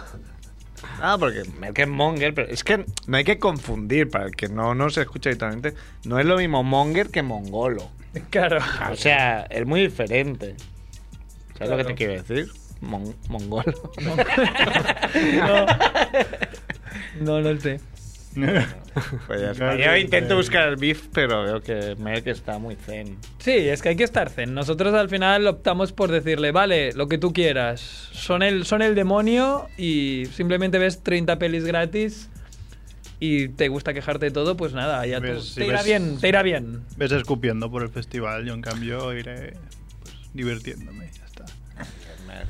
Speaker 1: Ah, porque Merck es Monger, pero es que no hay que confundir, para el que no nos escucha habitualmente, no es lo mismo Monger que Mongolo.
Speaker 2: Claro.
Speaker 1: O sea, es muy diferente. ¿Sabes lo que te quiero decir? Mon- mongolo.
Speaker 2: No. No lo sé.
Speaker 1: Pues ya está.
Speaker 6: Claro,
Speaker 1: Yo
Speaker 6: sí,
Speaker 1: intento
Speaker 6: sí.
Speaker 1: buscar el beef, pero veo que Merck está muy zen.
Speaker 2: Sí, es que hay que estar zen. Nosotros al final optamos por decirle, vale, lo que tú quieras. Son el, son el demonio y simplemente ves 30 pelis gratis y te gusta quejarte de todo, pues nada, ya tú-
Speaker 6: Ves-
Speaker 2: te
Speaker 6: si
Speaker 2: irá
Speaker 6: ves-
Speaker 2: bien, te irá bien.
Speaker 6: Ves escupiendo por el festival, yo en cambio iré pues, divirtiéndome y ya está.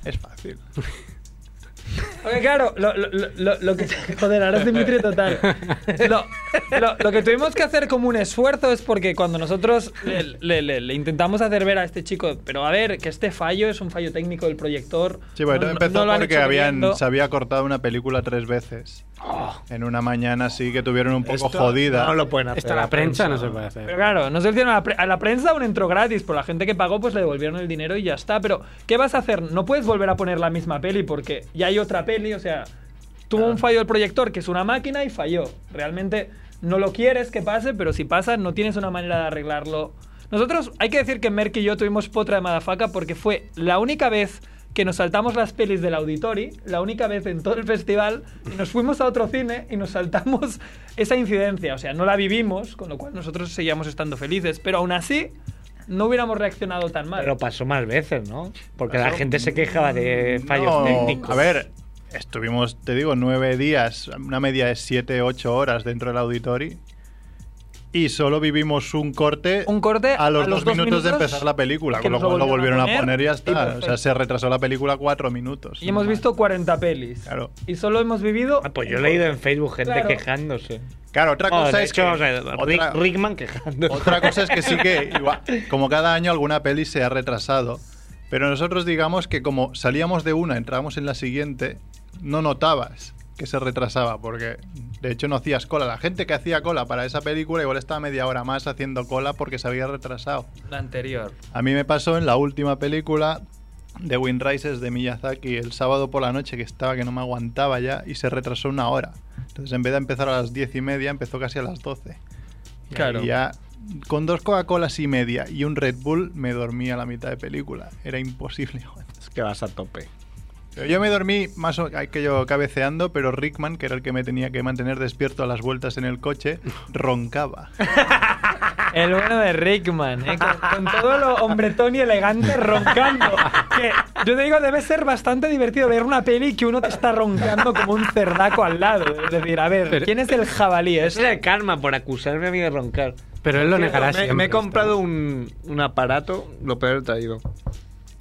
Speaker 6: Es fácil.
Speaker 2: Porque claro, lo, lo- lo- lo- lo que... Joder, ahora es Dimitri total. Lo, lo- lo que tuvimos que hacer como un esfuerzo es porque cuando nosotros le, le- le- le intentamos hacer ver a este chico, pero a ver, que este fallo es un fallo técnico del proyector.
Speaker 6: Sí, bueno,
Speaker 2: no- no-
Speaker 6: empezó
Speaker 2: no lo han
Speaker 6: porque
Speaker 2: hecho
Speaker 6: habían,
Speaker 2: viendo.
Speaker 6: se había cortado una película tres veces.
Speaker 2: Oh.
Speaker 6: En una mañana así que tuvieron un poco
Speaker 3: Esto
Speaker 6: jodida.
Speaker 1: No lo pueden hacer.
Speaker 3: Esto a la prensa no se puede hacer.
Speaker 2: Pero claro, no se lo hicieron a la, pre- a la prensa aún entró gratis, por la gente que pagó pues le devolvieron el dinero y ya está. Pero, ¿qué vas a hacer? No puedes volver a poner la misma peli porque ya hay otra peli, o sea, tuvo
Speaker 6: Ah.
Speaker 2: un fallo el proyector que es una máquina y falló. Realmente no lo quieres que pase, pero si pasa no tienes una manera de arreglarlo. Nosotros, hay que decir que Merck y yo tuvimos potra de madafaca porque fue la única vez que nos saltamos las pelis del Auditori, la única vez en todo el festival, y nos fuimos a otro cine y nos saltamos esa incidencia. O sea, no la vivimos, con lo cual nosotros seguíamos estando felices, pero aún así no hubiéramos reaccionado tan mal.
Speaker 1: Pero pasó más veces, ¿no? Porque la gente se quejaba de fallos
Speaker 6: No,
Speaker 1: técnicos.
Speaker 6: A ver, estuvimos, te digo, nueve días, una media de siete, ocho horas dentro del auditori. Y solo vivimos un corte,
Speaker 2: Un corte
Speaker 6: a los,
Speaker 2: a
Speaker 6: dos,
Speaker 2: los dos
Speaker 6: minutos, de
Speaker 2: minutos
Speaker 6: empezar la película,
Speaker 2: que
Speaker 6: con lo
Speaker 2: nos lo
Speaker 6: cual lo volvieron a poner, y ya
Speaker 2: y
Speaker 6: está. o
Speaker 2: perfecto.
Speaker 6: sea, se retrasó la película cuatro minutos.
Speaker 2: y hemos visto 40 pelis.
Speaker 6: Claro.
Speaker 2: Y solo hemos vivido...
Speaker 1: Ah, pues yo he leído en Facebook gente
Speaker 2: Claro.
Speaker 1: quejándose.
Speaker 6: Claro, otra
Speaker 1: Oh,
Speaker 6: cosa
Speaker 1: de
Speaker 6: es
Speaker 1: hecho,
Speaker 6: que,
Speaker 1: vamos a ver, Rick-
Speaker 6: otra-
Speaker 1: Rickman quejándose.
Speaker 6: Otra cosa es que sí que, igual, como cada año, alguna peli se ha retrasado. Pero nosotros digamos que como salíamos de una, entrábamos en la siguiente, no notabas que se retrasaba, porque de hecho no hacías cola. La gente que hacía cola para esa película igual estaba media hora más haciendo cola porque se había retrasado.
Speaker 2: La anterior.
Speaker 6: A mí me pasó en la última película de Wind Rises de Miyazaki el sábado por la noche que estaba que no me aguantaba ya y se retrasó una hora. Entonces en vez de empezar a las diez y media empezó casi a las doce. Y
Speaker 2: Claro.
Speaker 6: ahí ya con dos Coca-Colas y media y un Red Bull me dormí a la mitad de película. Era imposible.
Speaker 1: Es que vas a tope.
Speaker 6: Pero yo me dormí más o- que yo cabeceando, pero Rickman, que era el que me tenía que mantener despierto a las vueltas en el coche, roncaba.
Speaker 2: El bueno de Rickman, ¿eh? con, con todo lo hombretón y elegante roncando. Que yo te digo, debe ser bastante divertido ver una peli que uno te está roncando como un cerdaco al lado. Es decir, a ver, ¿quién es el jabalí? este?
Speaker 1: Ese era el karma por acusarme a mí de roncar.
Speaker 3: Pero él lo
Speaker 1: Me-
Speaker 3: negará
Speaker 1: me,
Speaker 3: siempre.
Speaker 1: he comprado un, un aparato, lo peor traído.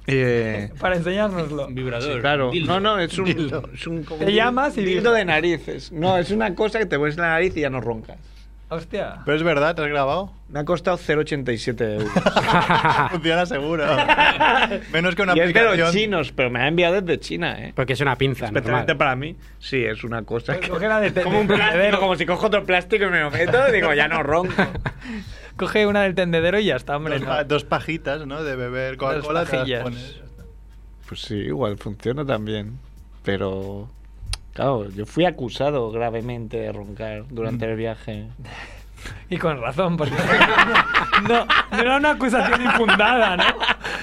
Speaker 1: Eh,
Speaker 2: Para enseñárnoslo.
Speaker 9: Un vibrador.
Speaker 1: sí, claro.
Speaker 9: dildo.
Speaker 1: No, no, es un. Es un como
Speaker 2: Te
Speaker 1: un
Speaker 2: llamas y-
Speaker 1: dildo de narices. No, es una cosa que te pones en la nariz y ya no roncas.
Speaker 2: Hostia.
Speaker 6: Pero es verdad, ¿te has grabado?
Speaker 1: Me ha costado 0,87 euros.
Speaker 6: Funciona seguro. Menos que una
Speaker 1: y es de los
Speaker 6: aplicación.
Speaker 1: chinos, pero me ha enviado desde China, ¿eh?
Speaker 3: Porque es una pinza, normal.
Speaker 1: Especialmente para mí, sí, es una cosa. que-
Speaker 2: Coge la de te-
Speaker 1: como un
Speaker 2: de- de-
Speaker 1: plástico, como si cojo otro plástico y me lo meto, digo, ya no ronco.
Speaker 2: Coge una del tendedero y ya está, hombre.
Speaker 6: dos,
Speaker 2: no.
Speaker 6: pa- dos pajitas, ¿no? De beber Coca-Cola.
Speaker 2: Dos
Speaker 6: te las
Speaker 2: pajillas.
Speaker 6: pones.
Speaker 1: Pues sí, igual funciona también. Pero, claro, yo fui acusado gravemente de roncar durante el viaje.
Speaker 2: Y con razón, porque. no, no era una acusación infundada, ¿no?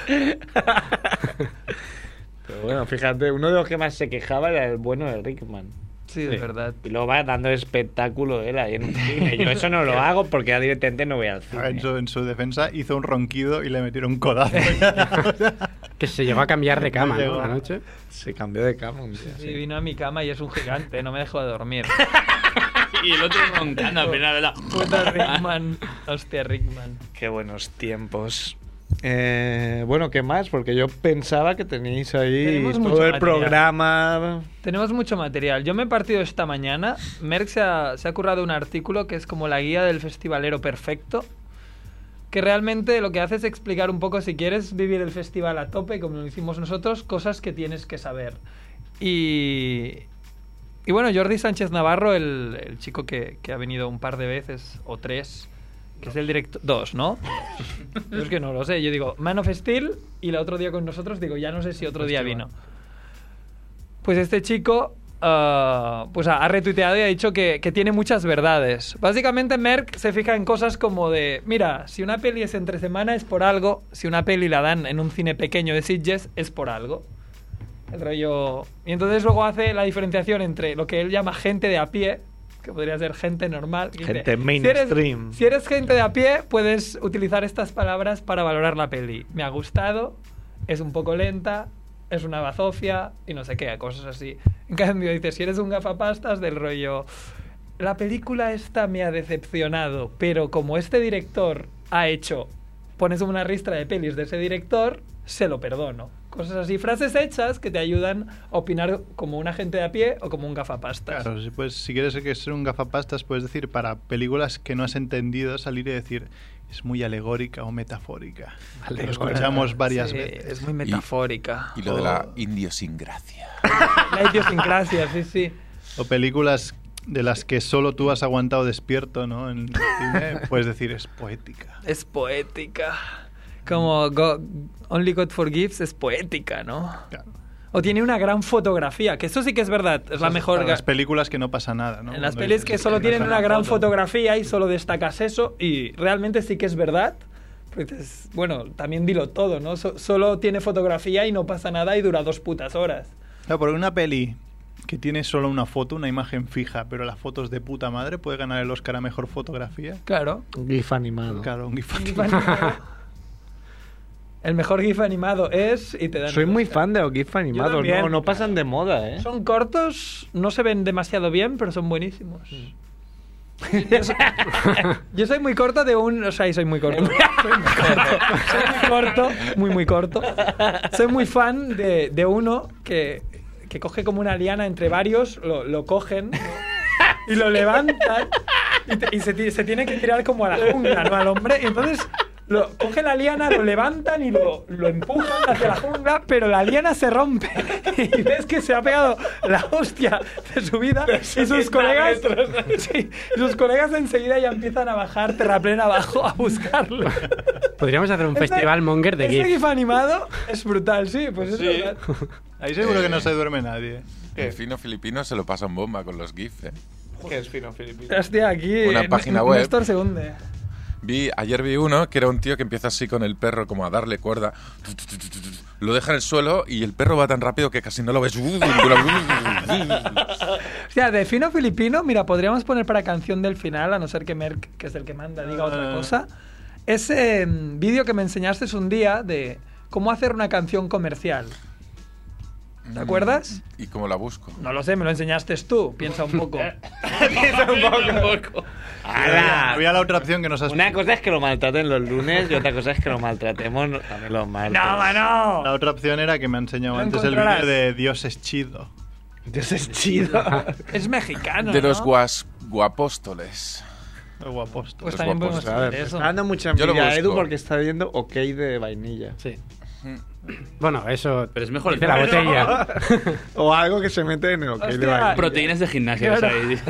Speaker 1: Pero bueno, fíjate, uno de los que más se quejaba era el bueno de Rickman.
Speaker 2: Sí, de verdad.
Speaker 1: Y luego va dando espectáculo él ahí en un cine. Yo eso no lo hago porque ya directamente no voy al
Speaker 6: Ah, En
Speaker 1: cine.
Speaker 6: su, en su defensa hizo un ronquido y le metieron un codazo.
Speaker 3: Que se llegó a cambiar de cama,
Speaker 6: Llegó.
Speaker 3: ¿no? Anoche.
Speaker 1: Se cambió de cama un día.
Speaker 2: Sí, vino a mi cama y es un gigante, no me dejó de dormir.
Speaker 8: Y el otro roncando a plena vela.
Speaker 2: Puta Rickman. Hostia, Rickman.
Speaker 1: Qué buenos tiempos. Eh, bueno, ¿qué más? Porque yo pensaba que teníais ahí
Speaker 2: Tenemos mucho
Speaker 1: todo el
Speaker 2: material.
Speaker 1: programa.
Speaker 2: Tenemos mucho material. Yo me he partido esta mañana. Merck se ha, se ha currado un artículo que es como la guía del festivalero perfecto. Que realmente lo que hace es explicar un poco, si quieres vivir el festival a tope, como lo hicimos nosotros, cosas que tienes que saber. Y, y bueno, Jordi Sánchez Navarro, el, el chico que, que ha venido un par de veces, o tres, que es el director... Dos, ¿no? Yo es que no lo sé. Yo digo, Man of Steel, y el otro día con nosotros digo, ya no sé si otro día vino. Pues este chico ah, pues ha ha retuiteado y ha dicho que, que tiene muchas verdades. Básicamente Merck se fija en cosas como de, mira, si una peli es entre semana es por algo, si una peli la dan en un cine pequeño de Sitges es por algo. El rollo... Y entonces luego hace la diferenciación entre lo que él llama gente de a pie, que podría ser gente normal. que dice,
Speaker 1: Gente
Speaker 2: Si
Speaker 1: mainstream".
Speaker 2: eres, si eres gente de a pie, puedes utilizar estas palabras para valorar la peli. Me ha gustado, es un poco lenta, es una bazofia y no sé qué, cosas así. En cambio, dices, si eres un gafapastas del rollo... La película esta me ha decepcionado, pero como este director ha hecho, pones una ristra de pelis de ese director, se lo perdono. Cosas así, frases hechas que te ayudan a opinar como un agente de a pie o como un gafapastas.
Speaker 6: Claro, si, pues, si quieres que ser un gafapastas, puedes decir para películas que no has entendido salir y decir es muy alegórica o metafórica. Lo escuchamos varias
Speaker 2: Sí,
Speaker 6: veces.
Speaker 2: Es muy metafórica.
Speaker 5: Y lo de
Speaker 1: Oh.
Speaker 5: la indiosingracia.
Speaker 2: La idiosincrasia, sí, sí.
Speaker 6: O películas de las que solo tú has aguantado despierto, ¿no? En el cine, puedes decir es poética.
Speaker 2: Es poética. Como Go- Only God Forgives es poética, ¿no?
Speaker 6: Claro.
Speaker 2: O tiene una gran fotografía, que eso sí que es verdad, es la mejor...
Speaker 6: Para
Speaker 2: ga-
Speaker 6: las películas que no pasa nada, ¿no?
Speaker 2: En las
Speaker 6: Cuando
Speaker 2: pelis
Speaker 6: dices,
Speaker 2: que solo
Speaker 6: no
Speaker 2: tienen
Speaker 6: es
Speaker 2: una gran
Speaker 6: foto.
Speaker 2: fotografía y solo destacas eso, y realmente sí que es verdad. porque dices, bueno, también dilo todo, ¿no? So- solo tiene fotografía y no pasa nada y dura dos putas horas.
Speaker 6: Claro, porque una peli que tiene solo una foto, una imagen fija, pero la foto es de puta madre, puede ganar el Oscar a mejor fotografía.
Speaker 2: Claro.
Speaker 1: Un gif animado.
Speaker 6: Claro, un gif.
Speaker 2: El mejor GIF animado es. Y te dan
Speaker 1: Soy
Speaker 2: el
Speaker 1: muy
Speaker 2: Oscar.
Speaker 1: fan de los gif animados.
Speaker 2: también.
Speaker 1: No, no pasan de moda, ¿eh?
Speaker 2: Son cortos, no se ven demasiado bien, pero son buenísimos. Yo soy- Yo soy muy corto de un... O sea, y soy muy corto. Soy muy corto. Soy muy corto, muy, muy corto. Soy muy fan de, de uno que, que coge como una liana entre varios, lo, lo cogen ¿no? y lo levantan y, te- y se, ti- se tiene que tirar como a la jungla, ¿no? Al hombre. Y entonces lo, coge la liana, lo levantan y lo, lo empujan hacia la jungla, pero la liana se rompe. Y ves que se ha pegado la hostia de su vida y sus colegas... Sí, y sus colegas enseguida ya empiezan a bajar terraplén abajo a buscarlo.
Speaker 3: Podríamos hacer un
Speaker 2: Este-
Speaker 3: festival monger de
Speaker 2: Este
Speaker 3: GIF.
Speaker 2: GIF animado es brutal, sí, pues es verdad.
Speaker 6: Ahí seguro
Speaker 1: Eh.
Speaker 6: que no se duerme nadie.
Speaker 5: El fino filipino se lo pasan bomba con los GIFs. ¿eh?
Speaker 2: Hostia, aquí
Speaker 5: Una
Speaker 2: eh,
Speaker 5: página
Speaker 2: N-
Speaker 5: web.
Speaker 2: Néstor se hunde.
Speaker 5: Vi, ayer vi uno que era un tío que empieza así con el perro, como a darle cuerda. Lo deja en el suelo y el perro va tan rápido que casi no lo ves.
Speaker 2: Hostia, de fino filipino, mira, podríamos poner para canción del final, a no ser que Merck, que es el que manda, diga otra cosa. Ese mm, vídeo que me enseñaste es un día de cómo hacer una canción comercial. ¿Te acuerdas?
Speaker 5: ¿Y cómo la busco?
Speaker 2: No lo sé, me lo enseñaste tú. Piensa un poco.
Speaker 1: ¡Hala!
Speaker 6: Había la otra opción que nos has
Speaker 1: Una cosa es que lo maltraten los lunes y otra cosa es que lo maltratemos no- también los martes.
Speaker 2: ¡No, mano!
Speaker 6: La otra opción era que me ha enseñado
Speaker 2: Lo
Speaker 6: antes el
Speaker 2: encontrarás.
Speaker 6: vídeo de Dios es chido.
Speaker 1: Dios es chido.
Speaker 2: Es mexicano.
Speaker 5: De los
Speaker 2: Ah, ¿no?
Speaker 5: guas, guapóstoles.
Speaker 6: Los guapos.
Speaker 2: Pues
Speaker 5: Los
Speaker 2: también
Speaker 5: guapos,
Speaker 2: podemos
Speaker 5: a
Speaker 2: hacer
Speaker 5: ver.
Speaker 2: eso.
Speaker 1: Está dando mucha
Speaker 5: Yo lo
Speaker 1: envidia a Edu
Speaker 5: busco.
Speaker 1: porque está viendo ok de vainilla.
Speaker 3: Sí. Bueno, eso.
Speaker 10: Pero es mejor el
Speaker 3: dice la
Speaker 10: papel.
Speaker 3: botella.
Speaker 1: O algo que se mete en el ok de
Speaker 2: Hostia.
Speaker 1: vainilla.
Speaker 10: Proteínas de gimnasia,
Speaker 2: Claro.
Speaker 10: ¿sabes?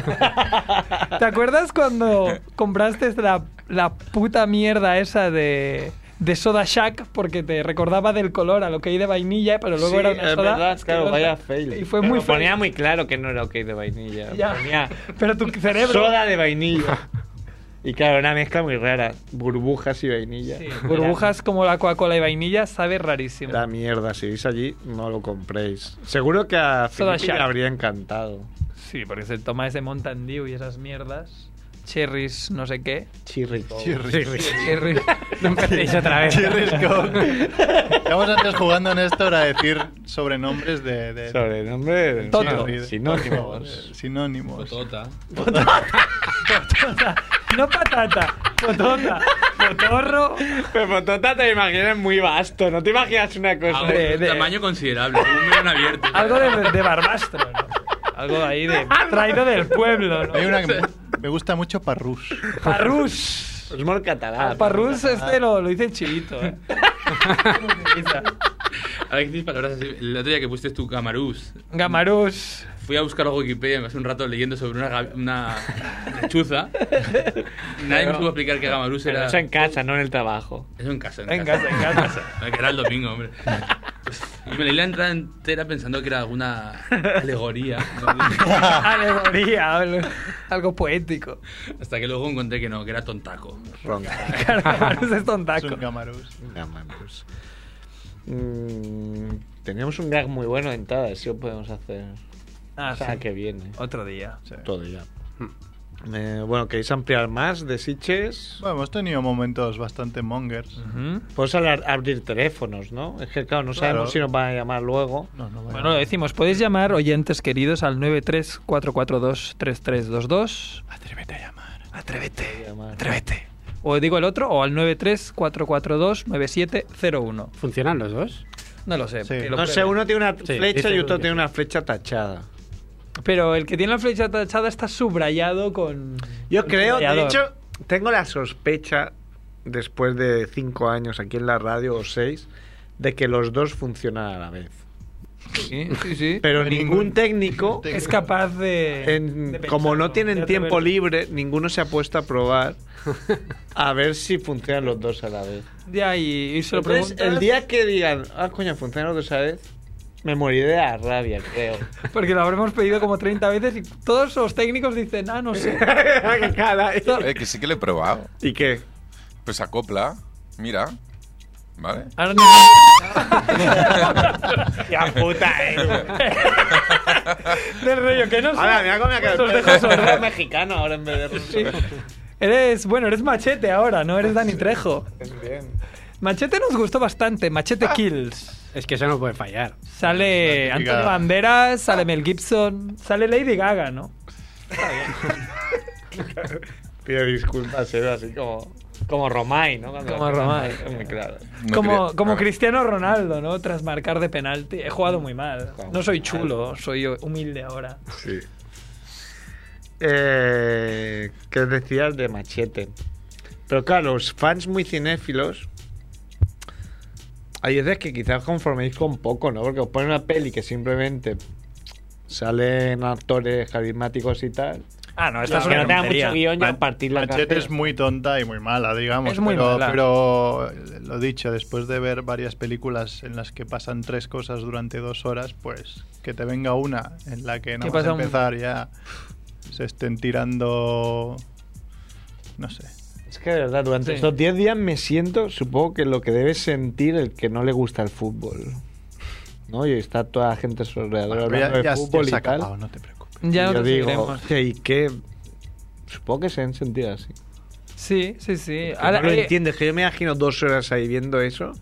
Speaker 2: ¿Te acuerdas cuando compraste la, la puta mierda esa de, de Soda Shack? Porque te recordaba del color a lo que hay de vainilla, pero luego
Speaker 1: Sí,
Speaker 2: era una
Speaker 1: es
Speaker 2: soda.
Speaker 1: verdad, claro,
Speaker 2: asquerosa.
Speaker 1: vaya fail.
Speaker 2: Y fue
Speaker 4: Pero
Speaker 2: muy
Speaker 4: ponía
Speaker 2: fail.
Speaker 4: muy claro que no era ok de vainilla.
Speaker 2: Ya.
Speaker 4: Ponía
Speaker 2: Pero tu cerebro.
Speaker 4: soda de vainilla. Y claro, una mezcla muy rara. Burbujas y vainilla.
Speaker 2: Sí, burbujas como la Coca-Cola y vainilla sabe rarísimo.
Speaker 1: La mierda, si veis allí, no lo compréis. Seguro que a Felipe
Speaker 2: Soda
Speaker 1: le
Speaker 2: Shark.
Speaker 1: habría encantado.
Speaker 2: Sí, porque se toma ese Mountain Dew y esas mierdas. Cherries, no sé qué.
Speaker 1: Chirri.
Speaker 2: Cherries.
Speaker 3: No empecéis otra vez.
Speaker 6: Cherry Coke. Estamos antes jugando, Néstor, a decir sobrenombres de, de-
Speaker 1: Sobre el nombre de
Speaker 2: Toto.
Speaker 6: Cherry.
Speaker 1: sinónimos.
Speaker 6: sinónimos.
Speaker 10: Tota.
Speaker 2: No patata, potota, potorro.
Speaker 4: Pero
Speaker 1: tota,
Speaker 4: potota te imaginas muy vasto. No te imaginas una
Speaker 10: A
Speaker 1: Ah,
Speaker 4: cosa.
Speaker 10: un
Speaker 2: de- de-
Speaker 10: tamaño considerable. Un melón abierto.
Speaker 2: Algo de, de barbastro, ¿no? Algo ahí de traído del pueblo, ¿no?
Speaker 6: Hay una que me, me gusta mucho Parrus.
Speaker 2: Parrús.
Speaker 4: Es muy catalán.
Speaker 2: Parrús este lo, lo dice chilito, ¿eh?
Speaker 10: A veces palabras así. El otro día que pusiste tu camarús,
Speaker 2: Gamarús.
Speaker 10: fui a buscar algo en Wikipedia, me pasé un rato leyendo sobre una, ga- una lechuza. Nadie me supo explicar que gamarús
Speaker 4: Pero
Speaker 10: era.
Speaker 4: eso en casa, no en el trabajo.
Speaker 10: Eso en casa.
Speaker 2: En casa, en casa.
Speaker 10: Me quedaba el domingo, hombre. Y me leí la entrada entera pensando que era alguna alegoría. ¿no?
Speaker 2: Alegoría, algo, algo poético.
Speaker 10: Hasta que luego encontré que no, que era tontaco.
Speaker 1: Ronca.
Speaker 2: Claro, Gamarús es
Speaker 6: Es
Speaker 2: tontaco.
Speaker 6: un Camarus.
Speaker 1: No, mames.
Speaker 4: pues. Mm, teníamos un gag muy bueno en Tada, si lo podemos hacer.
Speaker 2: Ah,
Speaker 4: o sea,
Speaker 2: sí. Hmm.
Speaker 4: que viene.
Speaker 2: Otro día.
Speaker 6: Sí.
Speaker 1: Todo ya. Eh, bueno, ¿queréis ampliar más de Siches?
Speaker 6: Bueno, hemos tenido momentos bastante mongers.
Speaker 2: Ujú.
Speaker 4: Podemos hablar- abrir teléfonos, ¿no? Es que, claro, no
Speaker 6: Claro.
Speaker 4: sabemos si nos van a llamar luego.
Speaker 6: No, no,
Speaker 2: Bueno, lo decimos. Podéis llamar, oyentes queridos, al 934423322.
Speaker 6: Atrévete a llamar.
Speaker 2: Atrévete,
Speaker 4: Llamar.
Speaker 2: atrévete. O digo el otro, o al 934429701.
Speaker 3: ¿Funcionan los dos?
Speaker 2: No lo sé.
Speaker 6: Sí.
Speaker 2: que lo
Speaker 4: No sé,
Speaker 2: pruebe.
Speaker 4: uno tiene una
Speaker 3: Sí,
Speaker 4: flecha
Speaker 3: dice
Speaker 4: y
Speaker 3: uno
Speaker 4: otro
Speaker 3: que
Speaker 4: tiene
Speaker 3: sí.
Speaker 4: una flecha tachada.
Speaker 2: Pero el que tiene la flecha tachada está subrayado con.
Speaker 1: Yo
Speaker 2: con
Speaker 1: creo, de
Speaker 2: subrayador.
Speaker 1: hecho, tengo la sospecha, después de cinco años aquí en la radio o seis, de que los dos funcionan a la vez.
Speaker 2: Sí, sí, sí.
Speaker 1: Pero
Speaker 6: Pero
Speaker 1: ningún
Speaker 6: ningún-
Speaker 1: técnico,
Speaker 2: es capaz de.
Speaker 1: en-
Speaker 2: de
Speaker 1: como
Speaker 2: pensarlo,
Speaker 1: no tienen
Speaker 2: de
Speaker 1: tiempo
Speaker 2: atreverse.
Speaker 1: libre, ninguno se ha puesto a probar a ver si funcionan los dos a la vez.
Speaker 2: Ya, y, y se lo
Speaker 1: Entonces,
Speaker 2: preguntas.
Speaker 1: el día que digan, ah, coño, funcionan los dos a la vez, me moriré de la rabia, creo.
Speaker 2: Porque lo habremos pedido como 30 veces y todos los técnicos dicen, ah, no sé.
Speaker 1: Caray.
Speaker 5: Eh, que sí que lo he probado.
Speaker 1: ¿Y qué?
Speaker 5: Pues acopla. Mira. ¿Vale?
Speaker 2: Ahora no-
Speaker 4: ¡Ya puta,
Speaker 2: Del rollo que no sé.
Speaker 1: Ahora, mira cómo me ha quedado.
Speaker 2: Los dejo sordos.
Speaker 4: mexicano ahora en vez de ruso.
Speaker 2: Sí. Eres, bueno, eres Machete ahora, ¿no? Eres Dani Trejo. Machete nos gustó bastante,
Speaker 1: Ah.
Speaker 2: Machete Kills.
Speaker 3: Es que eso no puede fallar.
Speaker 2: Sale
Speaker 6: La típica-
Speaker 2: Antonio Banderas, sale Mel Gibson, sale Lady Gaga, ¿no?
Speaker 4: Pido disculpas, se ve así como, como Romay, ¿no? Cuando-
Speaker 2: Como Romay.
Speaker 4: Es Muy claro.
Speaker 5: No
Speaker 2: como
Speaker 5: quería- ah.
Speaker 2: como
Speaker 5: Vale.
Speaker 2: Cristiano Ronaldo, ¿no? Tras marcar de penalti. He jugado muy mal. No soy
Speaker 1: Ah,
Speaker 2: chulo, soy humilde ahora.
Speaker 1: Sí. Eh, ¿Qué decías de Machete? Pero claro, los fans muy cinéfilos. Hay veces que quizás conforméis con poco, ¿no? Porque os ponen una peli que simplemente salen actores carismáticos y tal.
Speaker 2: Ah, no, esta
Speaker 4: Claro,
Speaker 2: es
Speaker 4: que
Speaker 2: una
Speaker 4: no tenga
Speaker 2: tontería.
Speaker 4: mucho guión ya partir la
Speaker 6: Machete
Speaker 4: cabeza.
Speaker 6: es muy tonta y muy mala, digamos.
Speaker 2: Es muy
Speaker 6: pero,
Speaker 2: mala.
Speaker 6: pero eh, lo dicho, después de ver varias películas en las que pasan tres cosas durante dos horas, pues que te venga una en la que
Speaker 2: Que
Speaker 6: no vas
Speaker 2: pasa
Speaker 6: a
Speaker 2: un-
Speaker 6: empezar ya se estén tirando. No sé.
Speaker 1: Es que de verdad, durante
Speaker 2: Sí.
Speaker 1: estos 10 días me siento, supongo que lo que debe sentir el que no le gusta el fútbol. ¿No? Y está toda la gente a su alrededor
Speaker 6: Bueno,
Speaker 1: hablando
Speaker 6: ya, ya-
Speaker 1: de fútbol
Speaker 6: ya se ha
Speaker 1: y tal.
Speaker 6: acabado, no te preocupes.
Speaker 2: Ya
Speaker 1: Y
Speaker 2: no
Speaker 1: yo
Speaker 2: te
Speaker 1: digo,
Speaker 2: seguiremos.
Speaker 1: hostia, ¿y qué? Supongo que se han sentido así.
Speaker 2: Sí, sí, sí.
Speaker 1: Que
Speaker 2: Ahora,
Speaker 1: no lo
Speaker 2: eh,
Speaker 1: entiendes, que yo me imagino dos horas ahí viendo eso.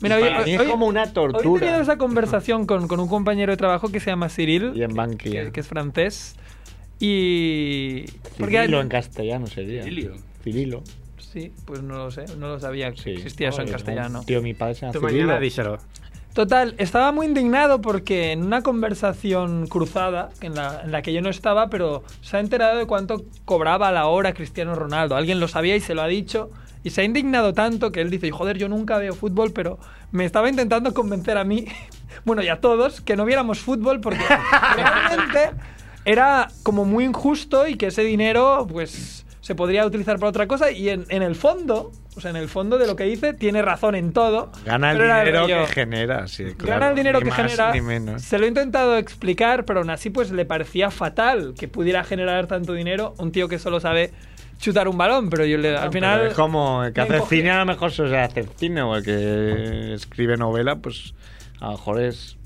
Speaker 2: Mira,
Speaker 1: Y
Speaker 2: hoy-
Speaker 1: para mí es
Speaker 2: hoy-
Speaker 1: como una
Speaker 2: Hoy he tenido
Speaker 1: tortura.
Speaker 2: esa conversación con, con un compañero de trabajo que se llama Cyril.
Speaker 1: Y en
Speaker 2: que,
Speaker 1: Bankia.
Speaker 2: que es francés. Y.
Speaker 1: Cirilo en castellano sería.
Speaker 10: Cirilo.
Speaker 1: Cirilo.
Speaker 2: Sí, pues no lo sé, no lo sabía que
Speaker 1: Sí.
Speaker 2: existía eso en
Speaker 1: Joder,
Speaker 2: castellano.
Speaker 1: Tío, mi padre se llama
Speaker 3: Tú
Speaker 1: Cirilo.
Speaker 3: mañana díselo.
Speaker 2: Total, estaba muy indignado porque en una conversación cruzada, en la, en la que yo no estaba, pero se ha enterado de cuánto cobraba a la hora Cristiano Ronaldo. Alguien lo sabía y se lo ha dicho. Y se ha indignado tanto que él dice, joder, yo nunca veo fútbol, pero me estaba intentando convencer a mí, bueno, y a todos, que no viéramos fútbol porque realmente era como muy injusto y que ese dinero, pues, se podría utilizar para otra cosa. Y en, en el fondo, o sea, en el fondo de lo que dice, tiene razón en todo.
Speaker 4: Gana el
Speaker 2: pero era
Speaker 4: dinero
Speaker 2: rollo,
Speaker 4: que genera, sí, claro.
Speaker 2: Gana el dinero
Speaker 4: Ni
Speaker 2: que
Speaker 4: más
Speaker 2: genera.
Speaker 4: Ni menos.
Speaker 2: Se lo he intentado explicar, pero aún así pues le parecía fatal que pudiera generar tanto dinero un tío que solo sabe chutar un balón, pero yo le, al
Speaker 4: Pero
Speaker 2: final...
Speaker 4: es como el que
Speaker 2: me
Speaker 4: hace
Speaker 2: encogí.
Speaker 4: cine, a lo mejor se hace cine, o el que escribe novela, pues a lo mejor es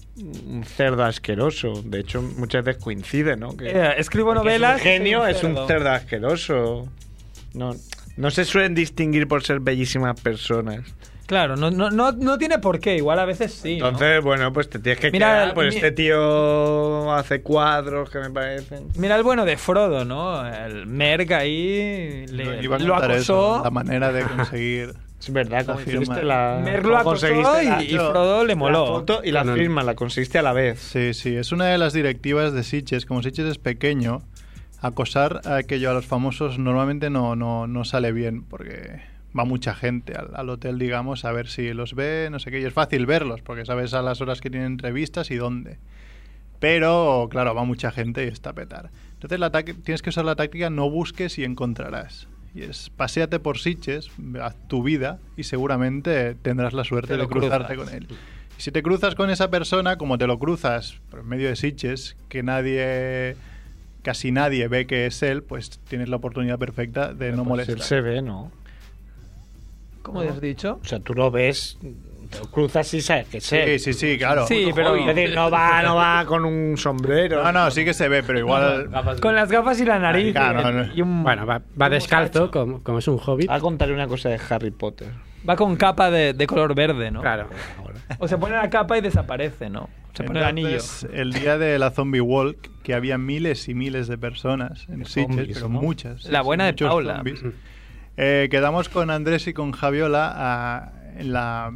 Speaker 4: un cerdo asqueroso. De hecho, muchas veces coincide, ¿no? Que
Speaker 2: Eh, escribo
Speaker 4: que
Speaker 2: novelas...
Speaker 4: Es un genio,
Speaker 2: soy
Speaker 4: es un cerdo asqueroso. No, no se suelen distinguir por ser bellísimas personas.
Speaker 2: Claro, no, no, no, no tiene por qué, igual a veces sí. ¿no?
Speaker 4: Entonces, bueno, pues te tienes que
Speaker 2: Mira,
Speaker 4: quedar. Pues
Speaker 2: mi-
Speaker 4: este tío hace cuadros que me parecen.
Speaker 2: Mira el bueno de Frodo, ¿no? El Merg ahí le,
Speaker 6: Iba a
Speaker 2: lo
Speaker 6: contar
Speaker 2: acosó.
Speaker 6: eso, la manera de conseguir.
Speaker 4: Es verdad, como
Speaker 6: La
Speaker 4: hiciste
Speaker 6: firma.
Speaker 4: la.
Speaker 2: Merg lo
Speaker 4: cómo
Speaker 2: acosó y,
Speaker 4: conseguiste la-
Speaker 2: y Frodo le
Speaker 4: La
Speaker 2: moló.
Speaker 4: foto y la
Speaker 3: Con el-
Speaker 4: firma la conseguiste a la vez.
Speaker 6: Sí, sí, es una de las directivas de Sitges. Como Sitges es pequeño, acosar a aquello a los famosos normalmente no, no, no sale bien porque va mucha gente al, al hotel, digamos, a ver si los ve, no sé qué. Y es fácil verlos porque sabes a las horas que tienen entrevistas y dónde. Pero, claro, va mucha gente y está a petar. Entonces la táct- tienes que usar la táctica no busques y encontrarás. Y es paséate por Sitges, haz tu vida y seguramente tendrás la suerte
Speaker 2: Te lo
Speaker 6: de cruzarte
Speaker 2: cruzas.
Speaker 6: con él. Y si te cruzas con esa persona, como te lo cruzas por en medio de Sitges, que nadie, casi nadie ve que es él, pues tienes la oportunidad perfecta de no
Speaker 4: Pues
Speaker 6: molestar.
Speaker 4: él se ve, ¿no?
Speaker 2: ¿Cómo has dicho?
Speaker 4: O sea, tú lo ves, lo cruzas y sabes que es
Speaker 6: Sí,
Speaker 4: él.
Speaker 6: sí, sí, claro.
Speaker 2: Sí, pero...
Speaker 9: Uy.
Speaker 4: Es decir, no va, no va con un sombrero.
Speaker 6: No, no, sí que se ve, pero igual...
Speaker 9: Gafas-
Speaker 2: Con las gafas y la nariz. eh,
Speaker 6: Claro, no, no.
Speaker 2: y un-
Speaker 3: Bueno, va, va descalzo, como, como es un hobbit.
Speaker 4: A contaré una cosa de Harry Potter.
Speaker 2: Va con capa de, de color verde, ¿no?
Speaker 3: Claro.
Speaker 2: O se pone la capa y desaparece, ¿no? Se pone el anillo.
Speaker 6: Entonces, el día de la Zombie Walk, que había miles y miles de personas en Sitges,
Speaker 4: zombies,
Speaker 6: pero
Speaker 4: ¿no?
Speaker 6: muchas.
Speaker 2: La buena de
Speaker 6: muchos
Speaker 2: Paula.
Speaker 6: zombies. Eh, quedamos con Andrés y con Javiola a- en, la,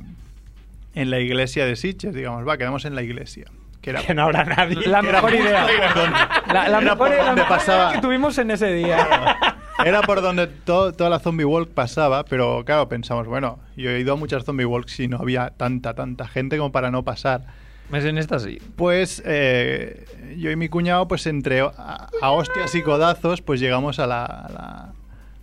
Speaker 6: en la iglesia de Sitges, digamos. Va, quedamos en la iglesia. Que era
Speaker 4: Que no habrá nadie.
Speaker 2: La
Speaker 6: que eh, era
Speaker 2: mejor
Speaker 6: por-
Speaker 2: idea.
Speaker 6: era por-
Speaker 2: La, la
Speaker 6: era
Speaker 2: mejor,
Speaker 6: por
Speaker 2: la
Speaker 6: donde
Speaker 2: mejor
Speaker 6: pasaba-
Speaker 2: que tuvimos en ese día.
Speaker 6: Era por donde to- toda la zombie walk pasaba, pero claro, pensamos, bueno, yo he ido a muchas zombie walks y no había tanta, tanta gente como para no pasar.
Speaker 2: Mes en esta sí.
Speaker 6: Pues eh, yo y mi cuñado, pues entre a, a hostias y codazos, pues llegamos a la, a, la,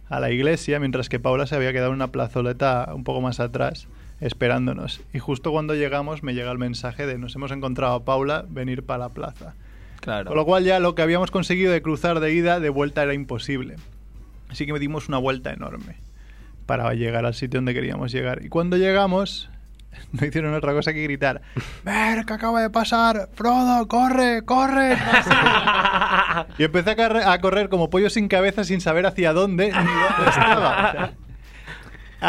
Speaker 6: a la iglesia, mientras que Paula se había quedado en una plazoleta un poco más atrás, esperándonos. Y justo cuando llegamos me llega el mensaje de nos hemos encontrado a Paula, venir para la plaza. Con lo
Speaker 2: Claro.
Speaker 6: cual ya lo que habíamos conseguido de cruzar de ida, de vuelta era imposible. Así que dimos una vuelta enorme para llegar al sitio donde queríamos llegar. Y cuando llegamos, no hicieron otra cosa que gritar, ¡Ver, que acaba de pasar! ¡Frodo, corre, corre! y empecé a, carre- a correr como pollo sin cabeza sin saber hacia dónde ni dónde estaba. O sea,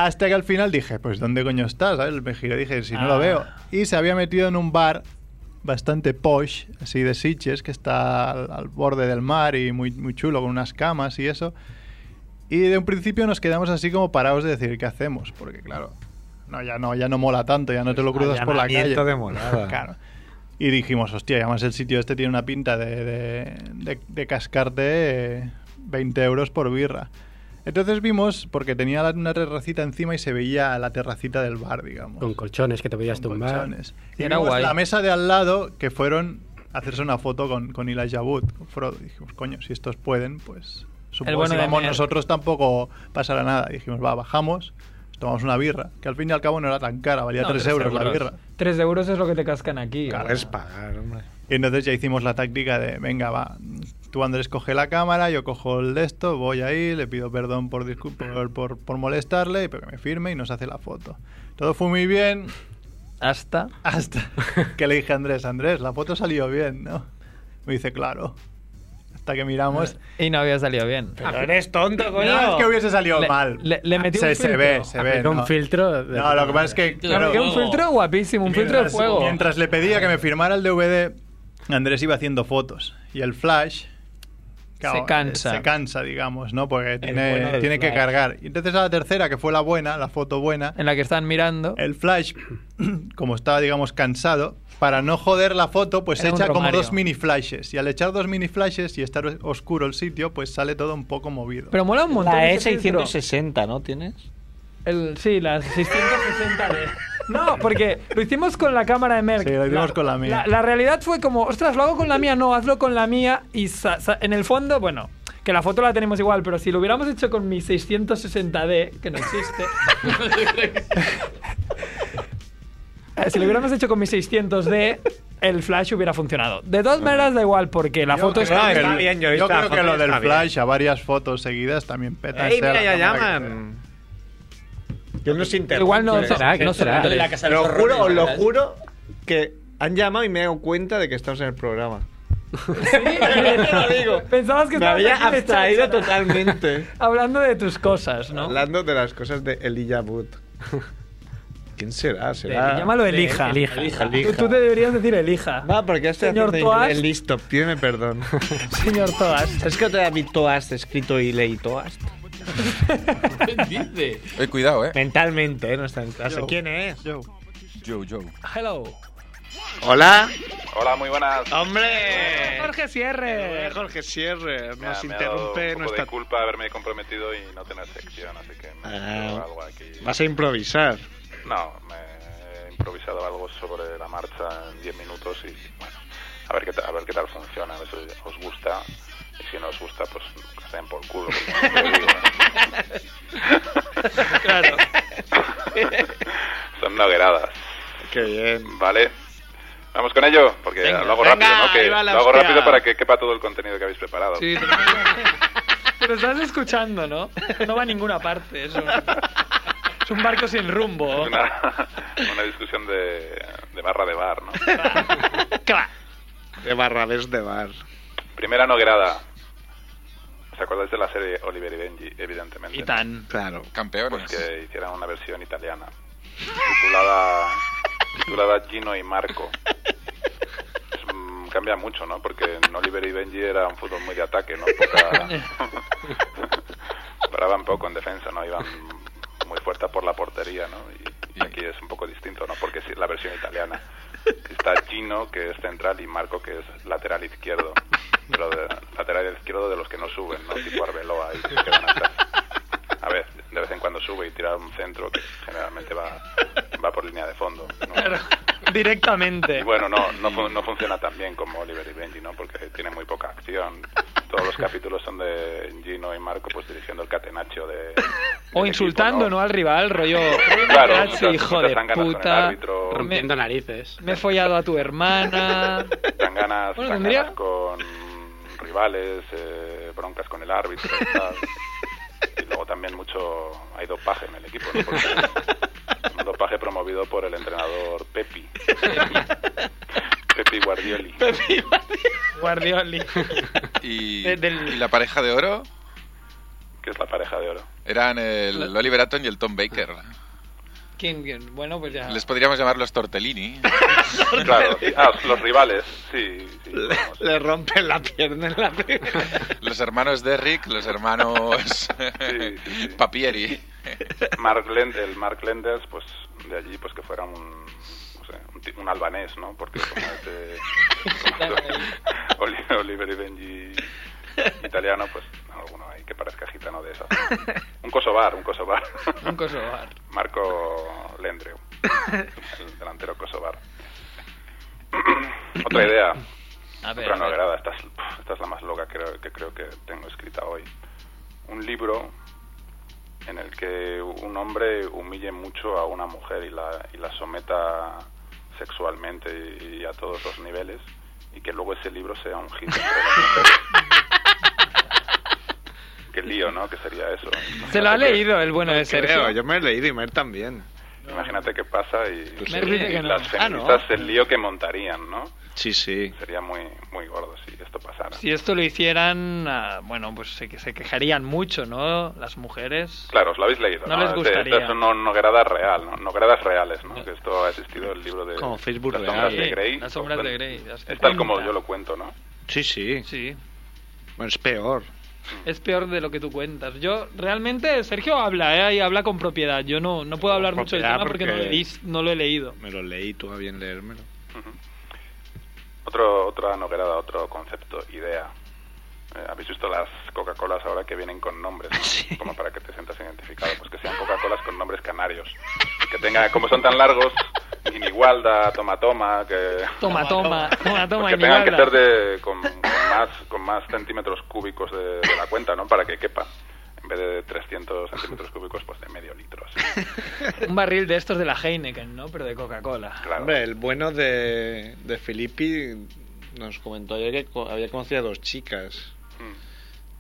Speaker 6: hasta que al final dije, pues ¿dónde coño estás? ¿Sabes? Me giré y dije, si no
Speaker 4: Ah.
Speaker 6: lo veo. Y se había metido en un bar bastante posh, así de Sitges, que está al, al borde del mar y muy, muy chulo, con unas camas y eso. Y de un principio nos quedamos así como parados de decir, ¿qué hacemos? Porque claro, no, ya no, ya no mola tanto, ya no te lo cruzas por la calle.
Speaker 4: Pues, Allanamiento de morada.
Speaker 6: Claro. Y dijimos, hostia, y además el sitio este tiene una pinta de, de- de- de cascarte eh, 20 euros por birra. Entonces vimos, porque tenía la- una terracita encima y se veía la terracita del bar, digamos.
Speaker 3: Con colchones que te podías
Speaker 6: Con
Speaker 3: tumbar.
Speaker 6: colchones. Y
Speaker 2: Era
Speaker 6: vimos
Speaker 2: guay.
Speaker 6: la mesa de al lado que fueron a hacerse una foto con, con Elijah Wood, con Frodo. Dijimos, coño, si estos pueden, pues supongo que
Speaker 2: bueno
Speaker 6: si
Speaker 2: de
Speaker 6: vamos
Speaker 2: Mer.
Speaker 6: nosotros tampoco pasará nada. Dijimos, va, bajamos, tomamos una birra, que al fin y al cabo no era tan cara, valía
Speaker 2: No,
Speaker 6: 3
Speaker 2: tres
Speaker 6: euros la
Speaker 2: euros.
Speaker 6: birra.
Speaker 2: Tres euros es lo que te cascan aquí.
Speaker 6: Claro.
Speaker 4: Es pagar, hombre.
Speaker 6: Y entonces ya hicimos la táctica de, venga, va, tú Andrés coge la cámara, yo cojo el de esto, voy ahí, le pido perdón por, discul- por, por, por molestarle, pero que me firme y nos hace la foto. Todo fue muy bien
Speaker 2: Hasta.
Speaker 6: hasta que le dije a Andrés, Andrés, la foto salió bien, ¿no? Me dice, claro. Hasta que miramos...
Speaker 2: Y no había salido bien.
Speaker 4: Pero eres tonto,
Speaker 6: No,
Speaker 4: coño.
Speaker 6: es que hubiese salido
Speaker 2: Le-
Speaker 6: mal.
Speaker 2: le- le metí
Speaker 6: se,
Speaker 2: un
Speaker 6: se
Speaker 2: filtro.
Speaker 6: ve, se ve.
Speaker 3: Aplicó un
Speaker 6: ¿no?
Speaker 3: filtro de-
Speaker 6: No, lo que pasa es que...
Speaker 9: Filtro de
Speaker 6: claro,
Speaker 2: Porque un
Speaker 9: Fuego.
Speaker 2: filtro guapísimo, un filtro de
Speaker 6: Mientras-
Speaker 2: fuego.
Speaker 6: Mientras le pedía que me firmara el DVD, Andrés iba haciendo fotos. Y el flash claro,
Speaker 2: Se cansa.
Speaker 6: Se cansa, digamos, ¿no? Porque tiene,
Speaker 1: bueno del
Speaker 6: tiene que
Speaker 1: Flash.
Speaker 6: cargar. Y entonces a la tercera, que fue la buena, la foto buena,
Speaker 2: En la que están mirando.
Speaker 6: el Flash, como estaba, digamos, cansado, para no joder la foto, pues
Speaker 2: Era un
Speaker 6: echa como
Speaker 2: romario.
Speaker 6: dos mini flashes. Y al echar dos mini flashes y estar oscuro el sitio, pues sale todo un poco movido.
Speaker 2: Pero mola un montón.
Speaker 4: La E
Speaker 2: ese filtro.
Speaker 4: E660, ¿no tienes?
Speaker 2: El- sí, la 660 de... No, porque lo hicimos con la cámara de Merck.
Speaker 6: Sí, lo hicimos con la mía.
Speaker 2: La, realidad fue como, ostras, lo hago con la mía, no, hazlo con la mía. Y sa- sa- en el fondo, bueno, que la foto la tenemos igual, pero si lo hubiéramos hecho con mi 660D, que no existe. eh, si lo hubiéramos hecho con mi 600D, el flash hubiera funcionado. De todas maneras, da igual, porque la foto
Speaker 1: creo
Speaker 2: está...
Speaker 1: que
Speaker 6: el-
Speaker 1: está bien, yo he visto la
Speaker 6: creo que
Speaker 1: foto
Speaker 6: lo
Speaker 1: y
Speaker 6: del
Speaker 1: está bien.
Speaker 6: Flash a varias fotos seguidas también peta.
Speaker 1: ¡Ey,
Speaker 6: sea
Speaker 1: mira,
Speaker 6: la
Speaker 1: ya
Speaker 6: cámara que
Speaker 1: llaman! Yo no se interrumpo.
Speaker 2: Igual no,
Speaker 3: será?
Speaker 2: no
Speaker 3: ¿Quién será?
Speaker 2: será.
Speaker 9: La casa de
Speaker 1: Lo
Speaker 9: los
Speaker 1: juro, os
Speaker 9: horrores,
Speaker 1: lo
Speaker 9: ¿verdad?
Speaker 1: juro que han llamado y me he dado cuenta de que estamos en el programa. Te lo digo.
Speaker 2: Pensabas que
Speaker 1: me
Speaker 2: estabas
Speaker 1: había
Speaker 2: aquí de
Speaker 1: abstraído
Speaker 2: cháchara.
Speaker 1: totalmente.
Speaker 2: Hablando de tus cosas, ¿no?
Speaker 1: Hablando de las cosas de Elijah Wood. ¿Quién será? ¿Será?
Speaker 2: Eh, Llámalo Elija.
Speaker 3: Elija.
Speaker 2: Tú, tú te deberías decir Elija.
Speaker 1: Va, porque este estoy
Speaker 2: Señor
Speaker 1: haciendo
Speaker 2: Toast.
Speaker 1: inglés listo. Pídeme perdón.
Speaker 2: Señor Toas.
Speaker 4: ¿Sabes que te vi Toast escrito y leí Toast?
Speaker 9: ¿Qué dice?
Speaker 5: Eh, cuidado, eh.
Speaker 1: Mentalmente, ¿eh? No está en clase.
Speaker 6: Yo.
Speaker 1: ¿Quién es?
Speaker 6: Yo.
Speaker 5: Joe, Joe.
Speaker 2: Hello.
Speaker 1: Hola.
Speaker 10: Hola, muy buenas.
Speaker 1: ¡Hombre!
Speaker 2: Jorge Sierre.
Speaker 1: Jorge Sierre.
Speaker 10: Mira, me ha dado un poco de culpa haberme comprometido y no tener sección, así que me he
Speaker 1: Ah.
Speaker 10: hecho algo aquí.
Speaker 1: Vas a improvisar.
Speaker 10: No, me he improvisado algo sobre la marcha en 10 minutos y bueno, a ver qué tal, a ver qué tal funciona, a ver si os gusta y si no os gusta, pues que se den por culo. porque no lo digo, ¿eh?
Speaker 1: Claro.
Speaker 10: Son nogueradas,
Speaker 1: Qué bien.
Speaker 10: ¿vale? Vamos con ello, porque
Speaker 1: Venga.
Speaker 10: lo hago
Speaker 1: Venga,
Speaker 10: rápido, ¿no?
Speaker 1: ahí
Speaker 10: Que
Speaker 1: va la
Speaker 10: lo hago
Speaker 1: hostia.
Speaker 10: rápido para que quepa todo el contenido que habéis preparado.
Speaker 2: Sí, pero, pero estás escuchando, ¿no? No va a ninguna parte. Es un, es un barco sin rumbo.
Speaker 10: Es una, una discusión de, de barra de bar, ¿no?
Speaker 1: De barrabés de bar.
Speaker 10: Primera noguerada. ¿Os acordáis de la serie Oliver y Benji? Evidentemente.
Speaker 2: Y tan.
Speaker 1: Claro.
Speaker 10: Pues
Speaker 5: Campeones.
Speaker 10: que hicieran una versión italiana. Titulada, titulada Gino y Marco. Es, mm, cambia mucho, ¿no? Porque en Oliver y Benji era un fútbol muy de ataque, ¿no? Poca- Paraban poco en defensa, ¿no? Iban muy fuerte por la portería, ¿no? Y, y aquí es un poco distinto, ¿no? Porque es la versión italiana. Está Gino, que es central, y Marco, que es lateral izquierdo. Pero de- lateral izquierdo de los que no suben, ¿no? Tipo Arbeloa. Y que quedan atrás. A ver, de vez en cuando sube y tira un centro que generalmente va, va por línea de fondo. ¿no?
Speaker 2: Directamente.
Speaker 10: Y bueno, no, no, fun- no funciona tan bien como Oliver y Benji, ¿no? Porque tiene muy poca acción. Todos los capítulos son de Gino y Marco, pues dirigiendo el catenaccio de.
Speaker 2: O insultando, ¿no? Al rival, rollo.
Speaker 10: Claro,
Speaker 2: "Cacho,
Speaker 10: muchas-
Speaker 2: hijo
Speaker 10: muchas
Speaker 2: de
Speaker 10: zanganas con el
Speaker 2: puta.
Speaker 10: árbitro.
Speaker 2: Me,
Speaker 10: Rompiendo
Speaker 3: narices.
Speaker 2: me he follado a tu hermana.
Speaker 10: Tan ganas,
Speaker 2: Bueno, tendría-
Speaker 10: con rivales, eh, broncas con el árbitro y tal. Y luego también mucho. Hay dopaje en el equipo, ¿no? Porque un dopaje promovido por el entrenador Pepi. Pepi Guardioli.
Speaker 2: Guardioli.
Speaker 5: Y,
Speaker 2: de- del-
Speaker 5: y la pareja de oro
Speaker 10: que es la pareja de oro.
Speaker 5: eran el Oliver Atom y el Tom Baker.
Speaker 2: ¿Quién, quién? Bueno, pues ya.
Speaker 5: Les podríamos llamar los Tortellini.
Speaker 10: Claro, sí. Ah, los rivales, sí. sí, vamos.
Speaker 1: Le rompen la pierna en la
Speaker 5: Los hermanos Derrick, los hermanos
Speaker 10: Sí, sí, sí.
Speaker 5: Papieri.
Speaker 10: Mark Lend- el Mark Lenders, pues de allí, pues que fuera un, no sé, un, ti- un albanés, ¿no? Porque como es de- Oli- Oliver y Benji italiano, pues alguno ahí que parezca gitano de esas. Un kosovar, un kosovar.
Speaker 2: Un kosovar.
Speaker 10: Marco Lendreu, el delantero kosovar. Otra idea,
Speaker 2: A ver.
Speaker 10: Otra
Speaker 2: a ver.
Speaker 10: novelada, esta es, puf, esta es la más loca que creo, que creo que tengo escrita hoy. Un libro en el que un hombre humille mucho a una mujer y la, y la someta sexualmente y, y a todos los niveles y que luego ese libro sea un hit. entre las mujeres. Qué lío, ¿no? Que sería eso.
Speaker 2: Se lo ha
Speaker 10: Imagínate que-
Speaker 2: leído el bueno de Sergio.
Speaker 1: yo me he leído y Mer también.
Speaker 10: Imagínate qué pasa y,
Speaker 1: Pues
Speaker 2: Me dice que no.
Speaker 10: las
Speaker 1: Ah, ¿no?
Speaker 10: feministas el lío que montarían, ¿no?
Speaker 1: Sí, sí.
Speaker 10: Sería muy, muy gordo si esto pasara.
Speaker 2: Si esto lo hicieran, ah, bueno, pues se, que- se quejarían mucho, ¿no? Las mujeres.
Speaker 10: Claro, os lo habéis leído.
Speaker 2: No
Speaker 10: No,
Speaker 2: les
Speaker 10: Este-
Speaker 2: gustaría.
Speaker 10: Estas son no- nogueradas real, ¿no? nogueradas reales, ¿no? Que esto ha existido el libro de
Speaker 4: Como Facebook
Speaker 10: Las
Speaker 4: real.
Speaker 10: sombras de
Speaker 2: Sí,
Speaker 10: Grey.
Speaker 2: Las sombras de Grey.
Speaker 10: Es tal como yo lo cuento, ¿no?
Speaker 4: Sí, sí.
Speaker 2: Sí.
Speaker 4: Bueno, es peor.
Speaker 2: Es peor de lo que tú cuentas. Yo realmente, Sergio habla, ¿eh? Y habla con propiedad. Yo no, no puedo hablar mucho del
Speaker 4: propiedad
Speaker 2: tema porque,
Speaker 4: porque-
Speaker 2: No, lo he, lis- no lo he leído.
Speaker 4: Me lo leí, tú a bien leérmelo.
Speaker 10: Otro, otra noguerada, otro concepto, idea. Eh, ¿Habéis visto las Coca-Colas ahora que vienen con nombres? ¿no? Como para que te sientas identificado. Pues que sean Coca-Colas con nombres canarios. Y Que tengan, como son tan largos, Inigualda, Toma Toma, que...
Speaker 2: Toma, toma, toma, toma.
Speaker 10: que
Speaker 2: y ni
Speaker 10: tengan que
Speaker 2: habla.
Speaker 10: ser de, con, con más, con más centímetros cúbicos de, de la cuenta, ¿no? Para que quepa. En vez de 300 centímetros cúbicos, pues de medio litro. así.
Speaker 2: Un barril de estos de la Heineken, ¿no? Pero de Coca-Cola.
Speaker 4: Hombre, el bueno de, de Filippi nos comentó ayer que co- había conocido a dos chicas.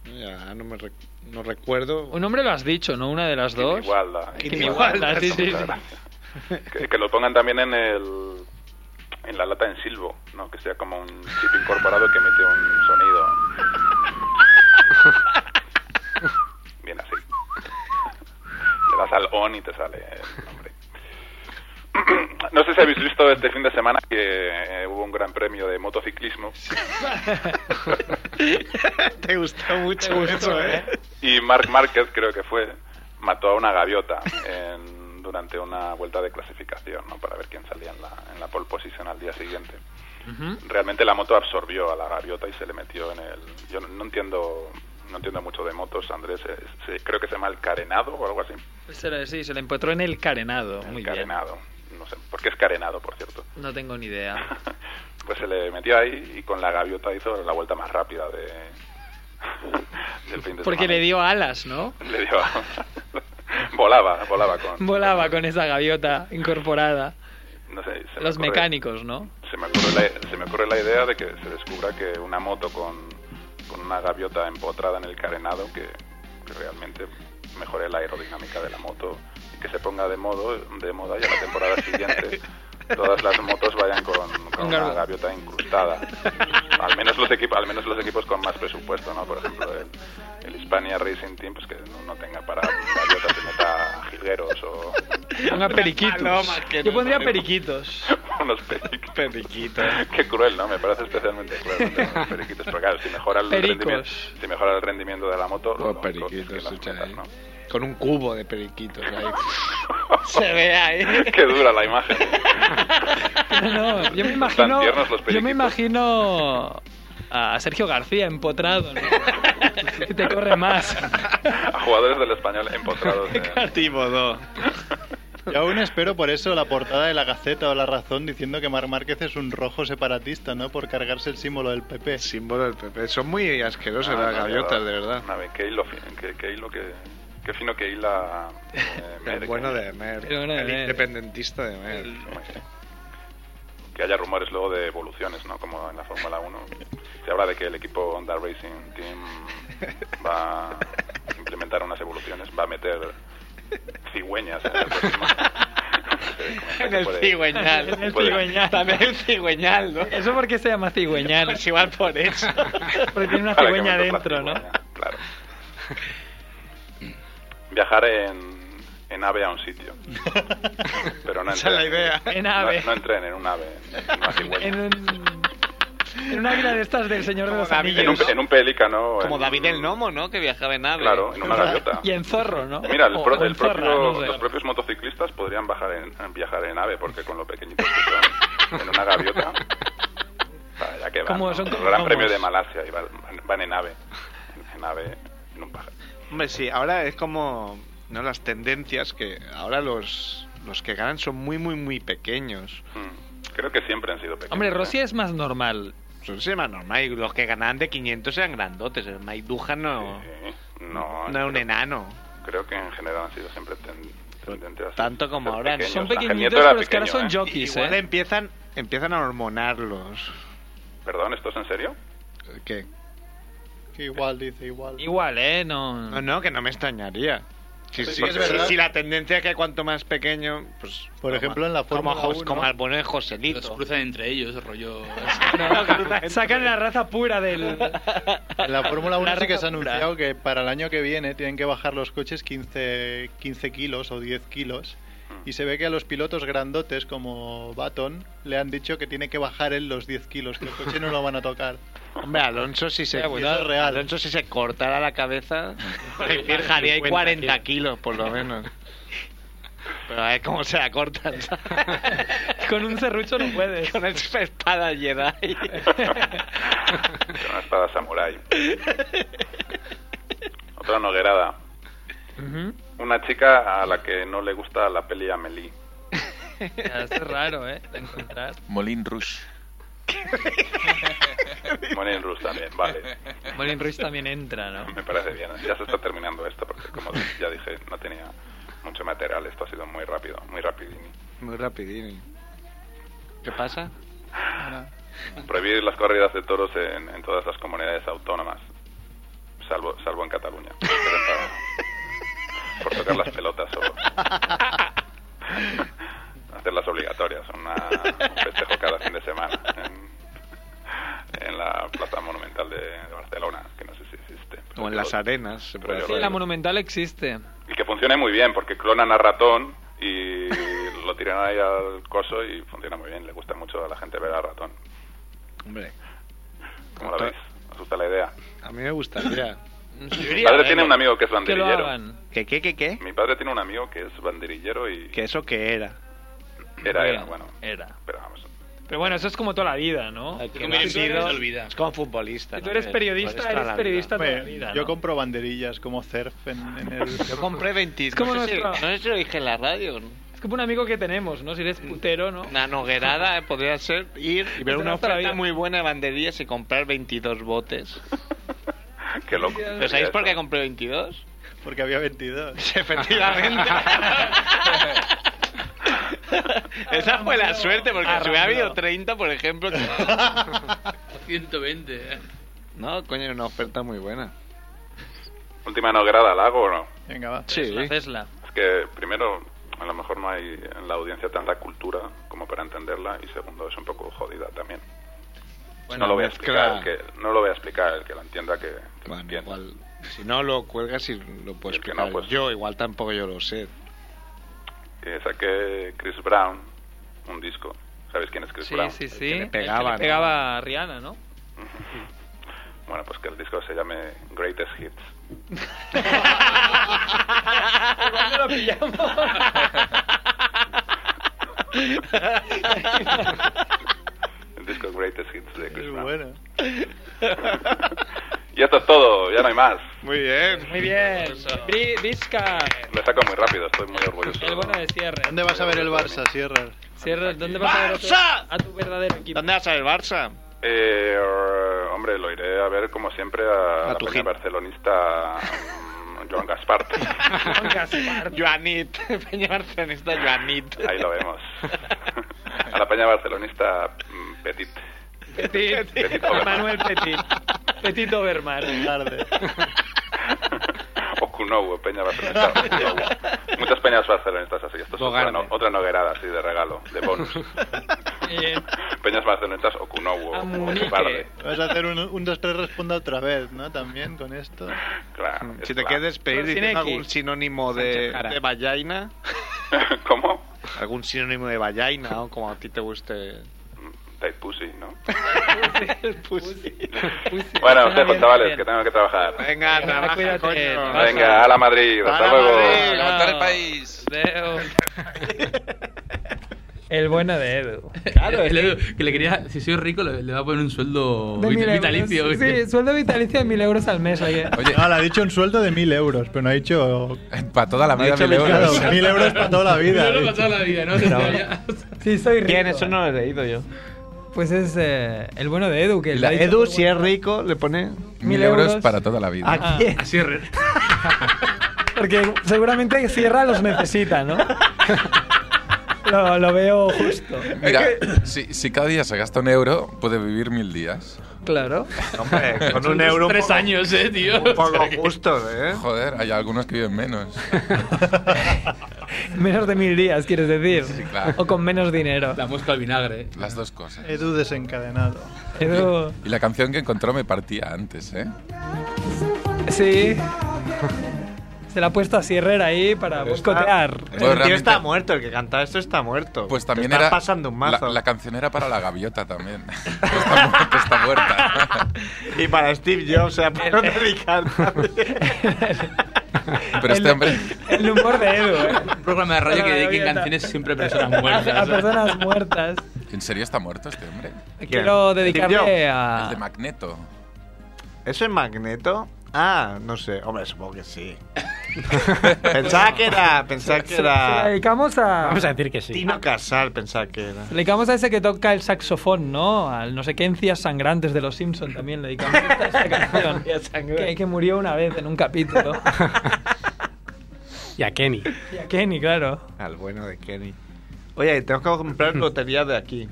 Speaker 4: Ya no, me rec- no recuerdo.
Speaker 2: Un hombre lo has dicho, ¿no? Una de las dos.
Speaker 10: Inigualda.
Speaker 2: Inigualda, sí, sí, sí.
Speaker 10: Que, que lo pongan también en el en la lata en silbo, ¿no? Que sea como un chip incorporado que emite un sonido. Bien así. Le das al on y te sale el nombre. No sé si habéis visto este fin de semana que eh, hubo un gran premio de motociclismo.
Speaker 4: Te gustó mucho eso, ¿eh?
Speaker 10: Y Marc Márquez, creo que fue, mató a una gaviota en- durante una vuelta de clasificación, ¿no? Para ver quién salía en la, en la pole position al día siguiente. Realmente la moto absorbió a la gaviota y se le metió en el... Yo no, no entiendo no entiendo mucho de motos, Andrés. eh, se- creo que se llama el carenado o algo así.
Speaker 2: Se la- sí, se la encontró en el carenado. Muy
Speaker 10: Carenado. No sé, porque es carenado, por cierto.
Speaker 2: bien. No tengo ni idea.
Speaker 10: Pues se le metió ahí y con la gaviota hizo la vuelta más rápida de... del fin de
Speaker 2: Porque
Speaker 10: semana.
Speaker 2: le dio alas, ¿no?
Speaker 10: Le dio... volaba, volaba con...
Speaker 2: Volaba con esa gaviota incorporada.
Speaker 10: No sé, se me
Speaker 2: Los
Speaker 10: ocurre-
Speaker 2: mecánicos, ¿no?
Speaker 10: Se me, ocurre la, se me ocurre la idea de que se descubra que una moto con, con una gaviota empotrada en el carenado, que, que realmente mejore la aerodinámica de la moto y que se ponga de, modo, de moda y a la temporada siguiente todas las motos vayan con, con una gaviota incrustada. Al menos los equipos, al menos los equipos con más presupuesto, ¿no? Por ejemplo, el, el Hispania Racing Team, pues que no, no tenga para gaviotas y meta jilgueros o
Speaker 2: Ponga periquitos.
Speaker 10: palomas que
Speaker 2: Yo
Speaker 10: no
Speaker 2: pondría
Speaker 10: saben.
Speaker 2: periquitos.
Speaker 10: unos periquitos. Qué cruel, ¿no? Me parece especialmente cruel. ¿no? Los periquitos, pero claro, si mejora el,
Speaker 4: Pericos.
Speaker 10: rendimiento, si mejora el rendimiento de la moto, lo
Speaker 4: Oh,
Speaker 10: lógico es que las metas, ¿no?
Speaker 4: eh. Con un cubo de periquitos ahí.
Speaker 2: Se ve ahí.
Speaker 10: Qué dura la imagen.
Speaker 2: No, no, yo me
Speaker 10: Están
Speaker 2: imagino.
Speaker 10: tiernos los
Speaker 2: Yo me imagino a Sergio García empotrado, ¿no? Que te corre más.
Speaker 10: A jugadores del español empotrados. eh.
Speaker 6: Yo aún espero por eso la portada de la Gaceta o La Razón diciendo que Marc Márquez es un rojo separatista, ¿no? Por cargarse el símbolo del PP.
Speaker 4: Símbolo del PP. Son muy asquerosos
Speaker 10: Ah,
Speaker 4: las
Speaker 10: no,
Speaker 4: gaviotas,
Speaker 10: yo-
Speaker 4: de verdad.
Speaker 10: A ver, qué hilo, fin- qué, qué hilo que... Qué fino que hila... eh,
Speaker 4: El
Speaker 10: Merkel.
Speaker 4: bueno de Mer.
Speaker 2: El bueno de
Speaker 4: El
Speaker 2: Mer.
Speaker 4: independentista de Mer.
Speaker 10: Que haya rumores luego de evoluciones, ¿no? Como en la Fórmula 1. Se habla de que el equipo Honda Racing Team va a implementar unas evoluciones, va a meter cigüeñas en el próximo.
Speaker 1: En el
Speaker 10: Puede-
Speaker 1: cigüeñal.
Speaker 2: En el
Speaker 10: puede-
Speaker 2: cigüeñal.
Speaker 1: También el cigüeñal, ¿no?
Speaker 2: ¿Eso por qué se llama cigüeñal?
Speaker 1: Pues igual por eso.
Speaker 2: Porque tiene una
Speaker 10: Para que
Speaker 2: cigüeña
Speaker 10: metas la
Speaker 2: dentro, ¿no?
Speaker 10: cigüeña, Claro. Viajar en, en ave a un sitio. Pero no en
Speaker 4: Esa es la
Speaker 10: tren.
Speaker 4: idea.
Speaker 2: En
Speaker 10: No-
Speaker 2: ave.
Speaker 10: No, en tren, en un ave. En una cigüeña.
Speaker 2: En un. En una águila de estas del Señor de los Anillos.
Speaker 10: En un, en un pelícano.
Speaker 1: Como
Speaker 10: Oh, en-
Speaker 1: David el Nomo, ¿no? Que viajaba en ave.
Speaker 10: mm. Claro, en una gaviota.
Speaker 2: Y en zorro, ¿no?
Speaker 10: Mira, el
Speaker 2: O-
Speaker 10: pro-
Speaker 2: o
Speaker 10: el
Speaker 2: en zorra,
Speaker 10: propio-
Speaker 2: no sé.
Speaker 10: los propios motociclistas podrían bajar en- viajar en ave, porque con lo pequeñitos que son, en una gaviota. o sea, ya que van,
Speaker 2: Como
Speaker 10: ¿no?
Speaker 2: son
Speaker 10: el
Speaker 2: como
Speaker 10: Gran
Speaker 2: gnomos.
Speaker 10: Premio de Malasia, y van, van en ave. En ave, en un pájaro.
Speaker 4: Hombre, sí, ahora es como no las tendencias que ahora los los que ganan son muy muy muy pequeños.
Speaker 10: Mm. Creo que siempre han sido pequeños.
Speaker 2: Hombre,
Speaker 10: ¿eh?
Speaker 2: Rossi es más normal.
Speaker 4: Son sí, más normal y los que ganaban de 500 eran grandotes. El Mike Duhan no,
Speaker 10: Sí, eh, No,
Speaker 4: no era un
Speaker 10: creo,
Speaker 4: enano.
Speaker 10: creo que en general han sido siempre ten- tendentes a ser-
Speaker 4: Tanto como
Speaker 10: ser
Speaker 4: ahora,
Speaker 10: pequeños.
Speaker 2: Son
Speaker 10: Ángel
Speaker 2: pequeñitos,
Speaker 10: Nieto era
Speaker 2: pero es que ahora
Speaker 10: pequeño,
Speaker 2: son
Speaker 10: ¿eh?
Speaker 2: jockeys,
Speaker 4: Igual
Speaker 2: ¿eh?
Speaker 4: empiezan empiezan a hormonarlos.
Speaker 10: Perdón, ¿esto es en serio?
Speaker 4: ¿Qué?
Speaker 6: Que igual, dice, igual.
Speaker 2: Igual, ¿eh? No.
Speaker 4: No, no, que no me extrañaría. Si,
Speaker 6: Pues
Speaker 4: si-
Speaker 6: sí que es
Speaker 4: si-
Speaker 6: verdad.
Speaker 4: si la tendencia es que cuanto más pequeño, pues...
Speaker 6: Por
Speaker 4: como-
Speaker 6: ejemplo, en la
Speaker 4: como,
Speaker 6: Fórmula
Speaker 4: a Jos-
Speaker 6: 1.
Speaker 4: como al bueno de
Speaker 9: Los
Speaker 4: Joselito.
Speaker 9: cruzan entre ellos, rollo.
Speaker 2: Sacan la raza pura del.
Speaker 6: En la Fórmula 1
Speaker 2: La
Speaker 6: sí que se ha
Speaker 2: raza pura.
Speaker 6: anunciado que para el año que viene tienen que bajar los coches 15, 15 kilos o 10 kilos. Y se ve que a los pilotos grandotes como Baton le han dicho que tiene que bajar él los 10 kilos, que el coche no lo van a tocar.
Speaker 4: Hombre, Alonso si se, Alonso si se cortara la cabeza,
Speaker 1: fijaría
Speaker 4: fijaría
Speaker 1: ahí
Speaker 4: 40 kilos por lo menos. Pero a ver cómo se la cortan.
Speaker 2: Con un serrucho no puedes.
Speaker 4: Con esa espada Jedi.
Speaker 10: Con una espada samurái. Otra noguerada. Una chica a la que no le gusta la peli Amelie.
Speaker 2: es raro, ¿eh? Te encontrás.
Speaker 5: Molin Rush.
Speaker 10: Molin Rus también, vale.
Speaker 2: Molin Ruiz también entra, ¿no?
Speaker 10: Me parece bien. Ya se está terminando esto porque, como ya dije, no tenía mucho material. Esto ha sido muy rápido, muy rapidini.
Speaker 4: Muy rapidín. ¿Qué pasa?
Speaker 10: Prohibir las corridas de toros en, en todas las comunidades autónomas, salvo, salvo en Cataluña. Pero para- por tocar las pelotas solo. Hacerlas obligatorias, una, un Ah, festejo cada fin de semana en, en la Plaza Monumental de, de Barcelona, que no sé si existe. pero
Speaker 4: Como en
Speaker 10: yo
Speaker 4: las
Speaker 10: lo-
Speaker 4: arenas. se
Speaker 10: pero
Speaker 4: puede
Speaker 10: yo
Speaker 2: Sí,
Speaker 10: lo
Speaker 2: la
Speaker 10: digo.
Speaker 2: monumental existe.
Speaker 10: Y que funcione muy bien, porque clonan a ratón y lo tiran ahí al coso y funciona muy bien. Le gusta mucho a la gente ver a ratón.
Speaker 4: Hombre,
Speaker 10: ¿Cómo la veis? ¿Os gusta la idea?
Speaker 4: a mí me gustaría.
Speaker 10: Mi padre tiene ¿eh? un amigo que es banderillero.
Speaker 4: ¿Qué, qué, qué, qué?
Speaker 10: Mi padre tiene un amigo que es banderillero y
Speaker 4: Que eso que era.
Speaker 10: era, era, bueno.
Speaker 2: Era.
Speaker 10: Pero vamos.
Speaker 2: Pero bueno, eso es como toda la vida, ¿no?
Speaker 4: Al que
Speaker 2: Si
Speaker 4: lo ha
Speaker 2: tú
Speaker 4: sido,
Speaker 2: eres-
Speaker 4: Es como futbolista.
Speaker 2: Si tú
Speaker 4: ¿no?
Speaker 2: eres
Speaker 4: Que
Speaker 2: periodista,
Speaker 4: puedes toda
Speaker 2: eres
Speaker 4: la
Speaker 2: periodista
Speaker 4: vida.
Speaker 2: toda
Speaker 6: Hombre,
Speaker 2: la vida.
Speaker 6: yo
Speaker 2: ¿no?
Speaker 6: compro banderillas como surf en, en el...
Speaker 4: Yo compré 20.
Speaker 2: como
Speaker 4: no, sé si, no
Speaker 2: nuestra-
Speaker 4: sé si lo dije en la radio. ¿no?
Speaker 2: Es como un amigo que tenemos, ¿no? Si eres putero, ¿no?
Speaker 4: Una noguerada eh, podría ser ir y ver
Speaker 2: Te
Speaker 4: una
Speaker 2: das toda la
Speaker 4: oferta
Speaker 2: vida.
Speaker 4: muy buena de banderías y comprar 22 botes.
Speaker 10: Qué loco.
Speaker 4: ¿Pero sabéis Pues por qué compré 22?
Speaker 6: Porque había 22.
Speaker 4: Efectivamente. Esa fue la suerte, porque si hubiera habido 30, por ejemplo. que-
Speaker 9: 120.
Speaker 4: No, coño, era una oferta muy buena.
Speaker 10: Última noguerada, ¿la hago o no?
Speaker 6: Venga, va.
Speaker 4: Sí.
Speaker 2: Cesla.
Speaker 10: Es que primero, a lo mejor no hay en la audiencia tanta cultura como para entenderla y segundo, es un poco jodida también. no lo voy a explicar,
Speaker 4: mezcla-
Speaker 10: el que, no lo voy a explicar, el que la entienda que, que
Speaker 4: pues, Bueno,
Speaker 10: entienda.
Speaker 4: igual, si no lo cuelgas y lo puedes
Speaker 10: El que
Speaker 4: explicar
Speaker 10: no, pues.
Speaker 4: yo, igual tampoco yo lo sé.
Speaker 10: que saqué Chris Brown, un disco. ¿Sabéis quién es Chris
Speaker 2: Sí,
Speaker 10: Brown?
Speaker 2: sí, sí.
Speaker 4: le
Speaker 2: El que
Speaker 4: pegaba,
Speaker 2: le
Speaker 4: ¿no?
Speaker 2: pegaba a Rihanna, ¿no?
Speaker 10: Bueno, pues que el disco se llame Greatest Hits.
Speaker 2: ¿Cuándo lo pillamos?
Speaker 10: El disco Greatest Hits de Chris
Speaker 6: Es
Speaker 10: Brown.
Speaker 6: bueno.
Speaker 10: Y esto es todo, ya no hay más.
Speaker 4: Muy bien.
Speaker 2: Muy bien. Bri- Vizca.
Speaker 10: Lo saco muy rápido, estoy muy orgulloso.
Speaker 2: El bueno de cierre.
Speaker 6: ¿Dónde vas a ver el Barça, Sierra?
Speaker 2: Cierre, ¿dónde vas a ver a tu-
Speaker 4: ¡Barça!
Speaker 2: a tu verdadero equipo?
Speaker 4: ¿Dónde vas a ver Barça?
Speaker 10: Eh, er, hombre, lo iré a ver como siempre a,
Speaker 4: A
Speaker 10: la
Speaker 4: tu
Speaker 10: peña
Speaker 4: hit.
Speaker 10: barcelonista mm, Joan Gaspar.
Speaker 2: Con Gaspar.
Speaker 4: Joanit. Peña Barcelonista Joanit.
Speaker 10: Ahí lo vemos. A la peña barcelonista mm, Petit.
Speaker 2: Petit.
Speaker 10: Petit Overmars.
Speaker 2: Manuel Petit. Petit Overmar.
Speaker 6: Tarde.
Speaker 10: o Kunou, peña barcelonista. Okunowu. Muchas peñas barcelonistas así. Esto es otra,
Speaker 4: Bogarde.
Speaker 10: no- otra noguerada así de regalo, de bonus.
Speaker 2: Bien.
Speaker 10: peñas barcelonistas o Kunou, o
Speaker 2: Amunique.
Speaker 10: Echeparde.
Speaker 6: Vas a hacer un, un 2-3 responda otra vez, ¿no? También con esto.
Speaker 10: Claro. es
Speaker 4: Si te
Speaker 10: claro.
Speaker 4: quieres despedir,
Speaker 2: Pero sin
Speaker 4: dices
Speaker 2: X.
Speaker 4: algún sinónimo de,
Speaker 2: Sánchez Jara.
Speaker 4: de vallaina.
Speaker 10: ¿Cómo?
Speaker 4: Algún sinónimo de vallaina, o como a ti te guste.
Speaker 10: Type pussy, ¿no?
Speaker 2: Pussy.
Speaker 10: Bueno,
Speaker 2: Suena
Speaker 10: ustedes,
Speaker 2: bien,
Speaker 10: chavales,
Speaker 2: bien.
Speaker 10: que tengo que trabajar.
Speaker 4: Venga, trabaja,
Speaker 2: cuídate,
Speaker 4: coño.
Speaker 2: trabaja. Pasa.
Speaker 10: Venga, a la Madrid.
Speaker 4: A
Speaker 10: Hasta
Speaker 4: la
Speaker 10: luego.
Speaker 4: Madrid.
Speaker 5: Levantar el país.
Speaker 2: Leo. El bueno de Edu.
Speaker 9: Claro, el Edu, que le quería, si soy rico, le, le va a poner un sueldo vit- vitalicio.
Speaker 2: Sí, sueldo vitalicio de mil euros al mes. Oye.
Speaker 5: Oye,
Speaker 6: No, le ha dicho un sueldo de 1000 euros, pero no ha dicho.
Speaker 5: para toda la
Speaker 6: No ha
Speaker 5: vida
Speaker 6: dicho
Speaker 5: mil
Speaker 6: claro,
Speaker 5: euros.
Speaker 6: 1000 euros para toda la vida.
Speaker 9: No lo he
Speaker 6: ha dicho.
Speaker 9: pasado la vida, ¿no?
Speaker 2: Sí, soy rico.
Speaker 1: ¿Quién? Eso no lo he leído yo.
Speaker 2: Pues es eh, el bueno de Edu. Que
Speaker 5: La-
Speaker 2: lo ha dicho
Speaker 4: Edu,
Speaker 2: por
Speaker 4: si es rico, le pone.
Speaker 5: Mil
Speaker 2: Mil
Speaker 5: euros
Speaker 2: euros.
Speaker 5: para toda la vida.
Speaker 2: Ah,
Speaker 9: Así es. re-
Speaker 4: Ah.
Speaker 2: porque seguramente Sierra los necesita, ¿no? lo, lo veo justo.
Speaker 5: Mira, si, si cada día se gasta un euro, puede vivir mil días.
Speaker 2: Claro.
Speaker 4: Hombre, con un
Speaker 9: Son
Speaker 4: euro. un
Speaker 9: Tres
Speaker 4: poco-
Speaker 9: años, eh, tío.
Speaker 4: Un poco justo, ¿eh?
Speaker 5: Joder, hay algunos que viven menos.
Speaker 2: Menos de mil días, quieres decir.
Speaker 5: claro.
Speaker 2: O con menos dinero.
Speaker 9: La mosca al vinagre.
Speaker 5: Las dos cosas.
Speaker 6: Edu desencadenado.
Speaker 2: Edu.
Speaker 5: Y la canción que encontró me partía antes, ¿eh?
Speaker 2: Sí. Se la ha puesto a Sierrer ahí para boicotear.
Speaker 1: El tío está muerto, el que canta esto está muerto.
Speaker 5: Pues
Speaker 1: Te
Speaker 5: también
Speaker 1: está
Speaker 5: era
Speaker 1: pasando un mazo.
Speaker 5: La, la canción era para la gaviota también. está, muerta, está muerta.
Speaker 1: Y para Steve Jobs, era para Ricardo.
Speaker 5: Pero este hombre...
Speaker 2: El humor de Edu, ¿eh?
Speaker 9: Un programa de radio que dediquen canciones siempre a personas
Speaker 2: A, a
Speaker 9: muertas.
Speaker 2: personas muertas.
Speaker 5: ¿En serio está muerto este hombre?
Speaker 2: Quiero dedicarle a.
Speaker 5: El de Magneto.
Speaker 1: ¿Eso es Magneto? Ah, no sé. Hombre, supongo que sí. pensaba que era. Pensaba que
Speaker 2: Se- se la
Speaker 1: era.
Speaker 2: dedicamos a.
Speaker 3: decir que sí.
Speaker 1: Tino Casal, pensaba que era.
Speaker 2: Se la dedicamos a ese que toca el saxofón, ¿no? Al no sé qué encías sangrantes de los Simpson también le dedicamos esta, esta canción. que, que murió una vez en un capítulo.
Speaker 3: Y a Kenny.
Speaker 2: Y a Kenny, claro.
Speaker 1: Al bueno de Kenny. Oye, tengo que comprar lotería de aquí.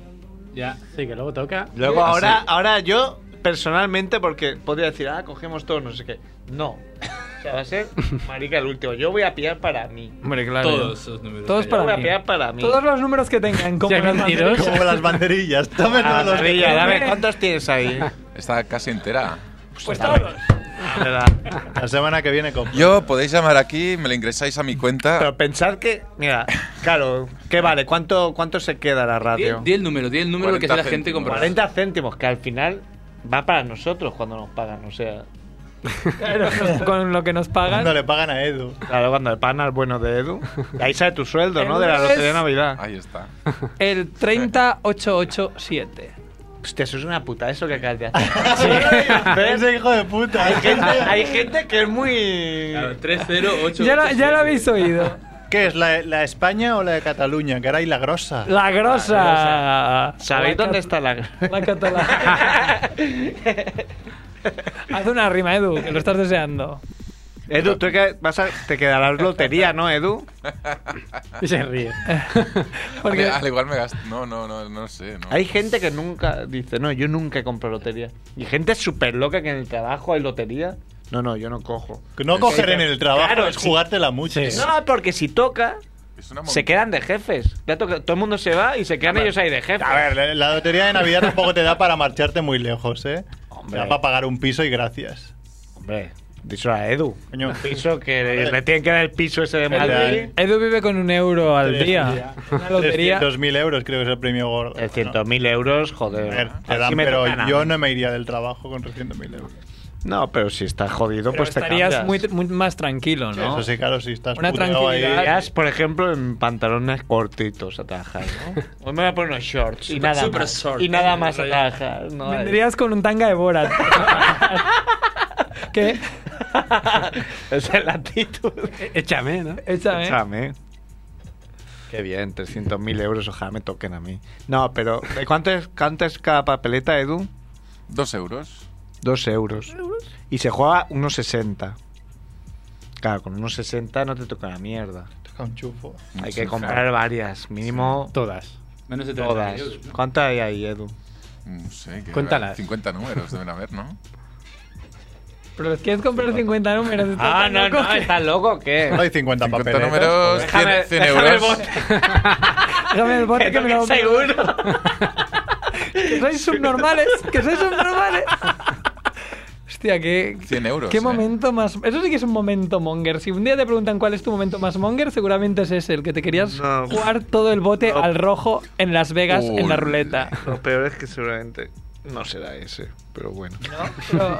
Speaker 9: Ya.
Speaker 3: Sí, que luego toca.
Speaker 1: Luego ahora, ahora yo, personalmente, porque podría decir, ah, cogemos todo, no sé qué. No. O sea, va a ser marica el último. Yo voy a pillar para mí.
Speaker 2: Hombre, claro.
Speaker 9: Todos los números.
Speaker 2: Todos
Speaker 9: Calla.
Speaker 1: Yo voy
Speaker 2: para
Speaker 1: a
Speaker 2: mí.
Speaker 1: pillar para mí.
Speaker 2: Todos los números que tengan como las banderas.
Speaker 6: Como las banderillas. Dame
Speaker 1: Ah,
Speaker 6: todos los
Speaker 1: Rilla, dame,
Speaker 2: Hombre.
Speaker 1: ¿cuántos tienes ahí?
Speaker 5: Está casi entera.
Speaker 2: Pues todos.
Speaker 6: La semana que viene compro.
Speaker 5: Yo podéis llamar aquí, me lo ingresáis a mi cuenta.
Speaker 1: Pero pensad que, mira, claro, ¿qué vale? ¿Cuánto, cuánto se queda la
Speaker 9: Di,
Speaker 1: radio?
Speaker 9: di el número, di el número que sea la
Speaker 5: 40
Speaker 9: gente
Speaker 5: céntimos.
Speaker 9: comprará.
Speaker 1: 40 céntimos, que al final va para nosotros cuando nos pagan, o sea.
Speaker 2: Claro, con lo que nos
Speaker 6: Cuando
Speaker 2: pagan.
Speaker 6: le pagan a Edu.
Speaker 1: Claro, cuando le pagan al bueno de Edu. Y ahí sale tu sueldo, ¿no? De la
Speaker 2: Edu es-
Speaker 1: lotería de Navidad.
Speaker 5: Ahí está.
Speaker 2: El 30887.
Speaker 1: Hostia, eso es una puta, eso que acabas de hacer.
Speaker 6: Ese hijo de puta.
Speaker 1: Hay gente, hay gente que es muy.
Speaker 9: Claro, 308.
Speaker 2: Ya lo, ya lo habéis oído.
Speaker 6: ¿Qué es? ¿La, la España o la de Cataluña? Que era ahí la grosa.
Speaker 2: La grosa.
Speaker 1: ¿Sabéis
Speaker 2: La
Speaker 1: dónde
Speaker 2: cat-
Speaker 1: está la.?
Speaker 2: La catalana. Haz una rima, Edu, que lo estás deseando.
Speaker 1: Edu, tú que vas a... te quedarás lotería, ¿no, Edu?
Speaker 3: Y se ríe.
Speaker 2: Porque
Speaker 5: Al, al igual me gasto. No, no, no, no sé. No.
Speaker 1: Hay gente que nunca dice, no, yo nunca compro lotería. Y gente súper loca que en el trabajo hay lotería. No, no, yo no cojo.
Speaker 6: No coger en el trabajo
Speaker 1: Claro,
Speaker 6: es
Speaker 1: sí.
Speaker 6: jugártela mucho.
Speaker 3: Sí.
Speaker 1: No, porque si toca,
Speaker 5: Es una
Speaker 1: se
Speaker 5: movida.
Speaker 1: quedan de jefes. Ya toca- todo el mundo se va y se quedan ellos ahí de jefes.
Speaker 6: A ver, la- la lotería de Navidad tampoco te da para marcharte muy lejos, ¿eh?
Speaker 1: Hombre.
Speaker 6: Te da para pagar un piso y gracias.
Speaker 1: Hombre, díselo a Edu.
Speaker 6: Coño.
Speaker 1: Un piso que le, le tienen que dar el piso ese de Madrid.
Speaker 6: Real.
Speaker 2: Edu vive con un euro al día. Una lotería.
Speaker 6: 300.000 euros creo que es el premio gordo.
Speaker 1: El
Speaker 6: ¿no?
Speaker 1: 100.000 euros, joder.
Speaker 6: A ver, te
Speaker 1: Así
Speaker 6: dan,
Speaker 1: me tocan
Speaker 6: pero
Speaker 1: a
Speaker 6: yo
Speaker 1: mí.
Speaker 6: no me iría del trabajo con 300.000 euros.
Speaker 1: No, pero si estás jodido,
Speaker 2: Pero
Speaker 1: pues te
Speaker 2: estarías
Speaker 1: cambias.
Speaker 2: muy, muy más tranquilo, ¿no?
Speaker 6: Eso sí, claro, si estás
Speaker 2: Una
Speaker 6: puteado ahí.
Speaker 2: tranquilidad.
Speaker 1: Irías, por ejemplo, en pantalones cortitos a trabajar, ¿no? Hoy me voy a poner unos shorts y
Speaker 9: Super-
Speaker 1: nada
Speaker 9: super
Speaker 1: más.
Speaker 9: short.
Speaker 1: y nada más a trabajar. No hay-
Speaker 2: Vendrías con un tanga de Borat. ¿Qué?
Speaker 1: Esa es la actitud.
Speaker 3: Échame, ¿no?
Speaker 2: Échame.
Speaker 1: Chame. Qué bien, 300.000 euros, ojalá me toquen a mí. No, pero ¿de cuánto es, cuánto es cada papeleta, Edu?
Speaker 5: Dos euros.
Speaker 1: Dos euros. Y se juega unos 60. Claro, con unos 60 no te toca la mierda.
Speaker 6: Toca un chufo.
Speaker 1: Hay
Speaker 5: Sí,
Speaker 1: que comprar varias, mínimo
Speaker 3: Todas.
Speaker 9: Menos de 30
Speaker 1: todas.
Speaker 9: euros, ¿no?
Speaker 1: ¿Cuántas hay ahí, Edu?
Speaker 5: No sé. que
Speaker 3: Cuéntalas.
Speaker 5: 50 números deben haber, ¿no?
Speaker 2: Pero les quieres comprar 50 números. estás tan loco que-
Speaker 1: ¿estás loco o qué?
Speaker 6: Hay 50
Speaker 5: 50
Speaker 6: papeles.
Speaker 5: números, 100,
Speaker 1: Déjame-
Speaker 5: 100
Speaker 1: déjame el
Speaker 5: euros.
Speaker 1: bote.
Speaker 2: Déjame el bote que me lo
Speaker 1: seguro.
Speaker 2: Que sois subnormales. Que sois subnormales. Hostia, qué,
Speaker 5: 100 euros.
Speaker 2: ¿Qué
Speaker 5: eh.
Speaker 2: momento más.? Eso sí que es un momento monger. Si un día te preguntan cuál es tu momento más monger, seguramente es ese, el que te querías
Speaker 1: No.
Speaker 2: jugar todo el bote
Speaker 1: No.
Speaker 2: al rojo en Las Vegas en la
Speaker 5: Uy.
Speaker 2: ruleta.
Speaker 1: Lo peor es que seguramente no será ese, pero bueno.
Speaker 2: Pero,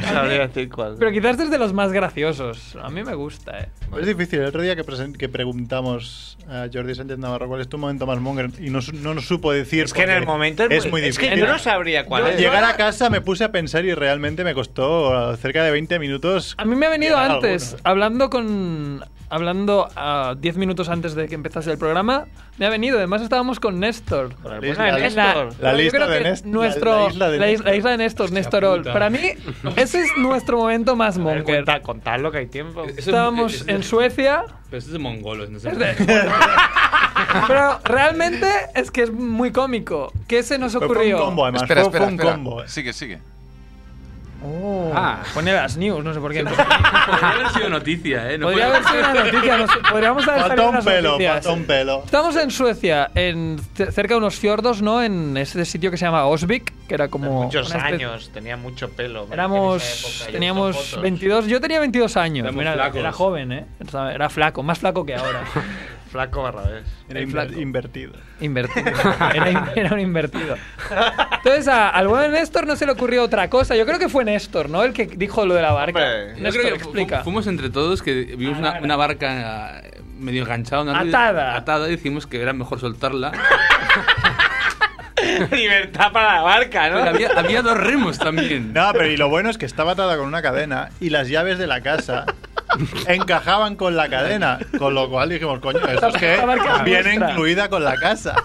Speaker 1: No sabría decir cuál.
Speaker 2: pero quizás desde los más graciosos. A mí me gusta, eh.
Speaker 6: Es difícil. El otro día que, presen- que preguntamos a Jordi Sánchez Navarro cuál es tu momento más monger y no, su- no nos supo decir.
Speaker 1: es que en
Speaker 6: porque
Speaker 1: el momento es,
Speaker 6: muy difícil.
Speaker 1: Es que yo no sabría cuál
Speaker 6: Al
Speaker 1: es.
Speaker 6: Llegar a casa me puse a pensar y realmente me costó cerca de 20 minutos.
Speaker 2: A mí me ha venido
Speaker 6: llegar a
Speaker 2: antes,
Speaker 6: alguno.
Speaker 2: hablando con. Hablando a 10 minutos antes de que empezase el programa, me ha venido. Además, estábamos con Néstor.
Speaker 1: Con el
Speaker 6: Lista
Speaker 1: bueno de
Speaker 6: de-
Speaker 2: Es la-
Speaker 1: Néstor.
Speaker 6: La
Speaker 2: yo
Speaker 6: lista
Speaker 2: creo
Speaker 6: de
Speaker 2: que
Speaker 6: Nest-
Speaker 2: nuestro-
Speaker 6: la- la isla de
Speaker 2: la is-
Speaker 6: Néstor.
Speaker 2: la isla de Néstor, Néstor All.
Speaker 9: puta.
Speaker 2: Para mí, ese es nuestro momento más monger.
Speaker 1: Cuenta, contadlo que hay tiempo.
Speaker 9: Eso es-
Speaker 2: Estábamos
Speaker 9: eso es-
Speaker 2: en Suecia,
Speaker 9: Pero esto es de mongolos, no sé.
Speaker 2: Es de- pero realmente es que es muy cómico. ¿Qué se nos
Speaker 6: Fue un
Speaker 2: ocurrió?
Speaker 6: combo, eh. además.
Speaker 5: Espera,
Speaker 6: fue, fue
Speaker 5: espera,
Speaker 6: un
Speaker 5: espera.
Speaker 6: combo.
Speaker 5: Sigue, sigue.
Speaker 2: Oh,
Speaker 10: Ah.
Speaker 2: Pone las news, no sé por qué.
Speaker 10: Podría haber sido noticia, ¿eh? No
Speaker 2: Podría
Speaker 10: puedo-
Speaker 2: haber sido una noticia. no sé, podríamos haber
Speaker 6: Falta
Speaker 2: salido
Speaker 6: un
Speaker 2: en las
Speaker 6: pelo,
Speaker 2: noticias.
Speaker 6: falta un pelo.
Speaker 2: Estamos en Suecia, en ce- cerca de unos fiordos, ¿no? En ese sitio que se llama Osvik, que era como.
Speaker 4: Muchos
Speaker 2: una especie-
Speaker 4: años, tenía mucho pelo. porque en esa época
Speaker 2: Éramos.
Speaker 4: yo uso
Speaker 2: Teníamos
Speaker 4: fotos.
Speaker 2: 22. Yo tenía 22 años.
Speaker 4: Éramos
Speaker 2: Mira,
Speaker 4: flacos.
Speaker 2: era joven, ¿eh? Era flaco, más flaco que ahora.
Speaker 4: Flaco Barrabés.
Speaker 6: Era
Speaker 2: El
Speaker 6: inver-
Speaker 2: flaco.
Speaker 6: invertido.
Speaker 2: Invertido. Era, in- era un invertido. Entonces, a- al buen Néstor no se le ocurrió otra cosa. Yo creo que fue Néstor, ¿no? El que dijo lo de la barca.
Speaker 10: Yo
Speaker 2: Néstor,
Speaker 10: creo que fu-
Speaker 2: explica.
Speaker 10: Fuimos entre todos que vimos una, una barca eh, medio enganchada, una red
Speaker 2: Atada.
Speaker 10: atada y decimos que era mejor soltarla.
Speaker 4: Libertad para la barca, ¿no?
Speaker 10: Pero había, había dos remos también.
Speaker 6: No, pero y lo bueno es que estaba atada con una cadena y las llaves de la casa encajaban con la cadena, con lo cual dijimos, coño, esto es que
Speaker 4: Esta barca es
Speaker 6: viene
Speaker 4: nuestra.
Speaker 6: incluida con la casa.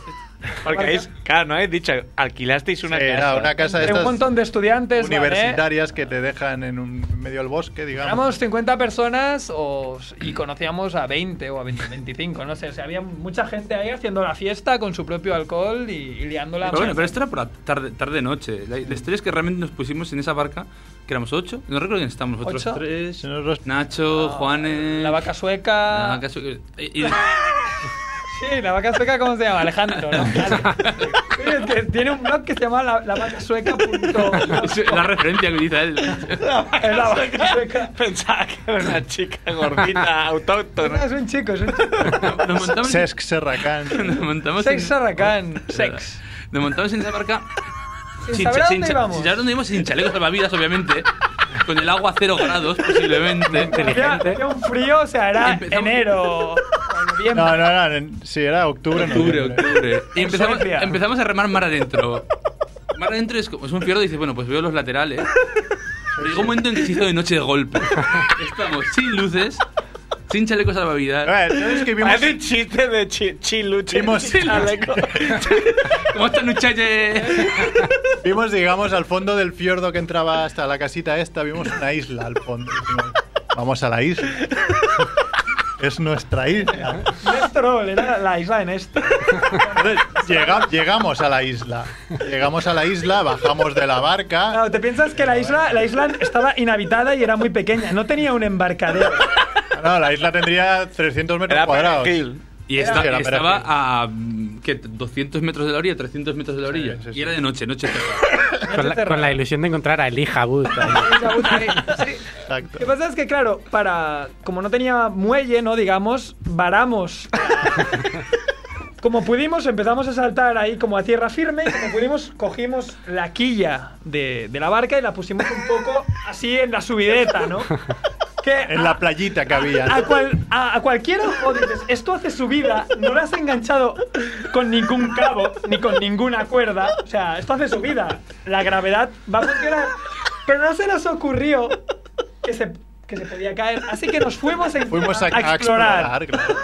Speaker 4: Porque habéis, claro, no habéis dicho, alquilasteis una
Speaker 6: Sí,
Speaker 4: casa.
Speaker 6: era una casa de
Speaker 2: Entre un
Speaker 6: estas
Speaker 2: montón de ¿eh? estudiantes, ¿vale?
Speaker 6: universitarias que te dejan en un medio del bosque, digamos.
Speaker 2: Éramos 50 personas o, y conocíamos a 20 o a 20, 25, no sé. O sea, había mucha gente ahí haciendo la fiesta con su propio alcohol y, y liándola.
Speaker 10: Pero bueno, pero esto era por la tarde, tarde noche. La, la historia es que realmente nos pusimos en esa barca, que éramos ocho. No recuerdo quiénes estábamos, otros
Speaker 2: ¿Ocho? Ah,
Speaker 10: tres. Nacho, Juanes.
Speaker 2: La vaca sueca.
Speaker 10: la vaca su- y- eh, y-
Speaker 2: Sí, la vaca sueca, ¿cómo se llama? Alejandro, ¿no? Oye, que Tiene un blog que se llama la, la vaca sueca. punto-
Speaker 10: la referencia que dice él.
Speaker 2: Es la vaca sueca.
Speaker 4: Pensaba que era una chica gordita, autóctona.
Speaker 2: Es un chico, es un chico.
Speaker 10: Nos montamos,
Speaker 6: Sesc Serracán.
Speaker 10: nos montamos
Speaker 2: Sex
Speaker 10: en,
Speaker 2: Sarracán. Sex.
Speaker 10: nos montamos en esa barca.
Speaker 2: Sin saber a
Speaker 10: cha-
Speaker 2: dónde
Speaker 10: cha-
Speaker 2: íbamos.
Speaker 10: sin saber dónde íbamos, sin chalecos salvavidas, obviamente. Con el agua a cero grados, posiblemente.
Speaker 2: Hacía hacía un frío, o sea, era
Speaker 1: Em-
Speaker 10: Empezamos-
Speaker 2: enero. o noviembre.
Speaker 6: No, no, no, en- sí, era octubre.
Speaker 10: Octubre,
Speaker 6: noviembre.
Speaker 10: octubre. Y empezamos,
Speaker 2: Suecia.
Speaker 10: empezamos a remar mar adentro. Mar adentro es como es un fiordo y dices, bueno, pues veo los laterales. Pero llegó un momento en que se hizo de noche de golpe. Estamos sin luces, sin chalecos
Speaker 6: A
Speaker 10: salvavidas.
Speaker 6: ver, entonces que vimos,
Speaker 4: Hace un chiste de chi- chiluche.
Speaker 6: Vimos-
Speaker 4: chaleco.
Speaker 10: ¿Cómo están, muchachos?
Speaker 6: vimos, digamos, al fondo del fiordo que entraba hasta la casita esta, vimos una isla al fondo. Dijimos, Vamos a la isla. Es nuestra isla.
Speaker 2: Néstor, era la isla este. de Néstor.
Speaker 6: Entonces, llega- llegamos a la isla. Llegamos a la isla, bajamos de la barca.
Speaker 2: Claro, te piensas que la isla, la isla estaba inhabitada y era muy pequeña. No tenía un embarcadero.
Speaker 6: No, la isla tendría 300 metros
Speaker 4: Era
Speaker 6: cuadrados.
Speaker 4: perejil.
Speaker 10: Y esta-
Speaker 6: Era-
Speaker 10: estaba a mm, ¿qué? 200 metros de la orilla, 300 metros de la orilla.
Speaker 6: sí, sí.
Speaker 10: Y era de noche, noche cerrada.
Speaker 3: Con la, con la ilusión de encontrar a Elija Booth. ahí.
Speaker 6: Exacto.
Speaker 2: Lo que pasa es que, claro, para. Como no tenía muelle, ¿no? Digamos, varamos. Como pudimos, empezamos a saltar ahí como a tierra firme y como pudimos, cogimos la quilla de, de la barca y la pusimos un poco así en la subideta, ¿no? Que
Speaker 6: En la playita que
Speaker 2: A,
Speaker 6: había.
Speaker 2: cual, a, a cualquier ojo dices, esto hace su vida, no lo has enganchado con ningún cabo, ni con ninguna cuerda. O sea, esto hace su vida. La gravedad va a funcionar. Pero no se nos ocurrió que se, que se podía caer. Así que nos fuimos, en-
Speaker 6: Fuimos a, a explorar. claro.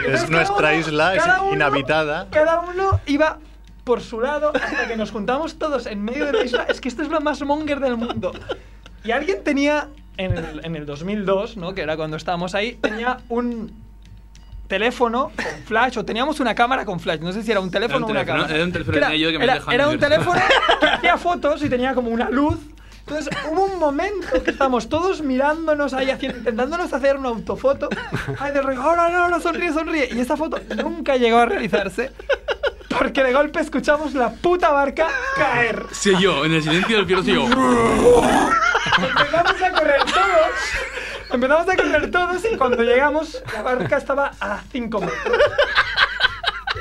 Speaker 2: Entonces,
Speaker 6: Es
Speaker 2: cada
Speaker 6: nuestra
Speaker 2: uno-
Speaker 6: isla, es
Speaker 2: cada uno-
Speaker 6: inhabitada.
Speaker 2: Cada uno iba por su lado hasta que nos juntamos todos en medio de la isla. Es que esto es lo más monger del mundo. Y alguien tenía, en el, en el 2002, ¿no? que era cuando estábamos ahí, tenía un teléfono con flash o teníamos una cámara con flash no sé si era un teléfono o una
Speaker 10: teléfono,
Speaker 2: cámara
Speaker 10: era un teléfono
Speaker 2: Que
Speaker 10: que tenía yo que me
Speaker 2: era-
Speaker 10: dejaba
Speaker 2: era un
Speaker 10: nervioso.
Speaker 2: teléfono que hacía fotos y tenía como una luz entonces hubo un momento que estábamos todos mirándonos ahí, haciendo, intentándonos hacer una autofoto. Ay, de rollo, ahora no, no, sonríe, sonríe. Y esta foto nunca llegó a realizarse. Porque de golpe escuchamos la puta barca caer.
Speaker 10: Sí, yo, en el silencio del fiordo, sí, yo.
Speaker 2: Empezamos a correr todos. Empezamos a correr todos y cuando llegamos la barca estaba a 5 metros.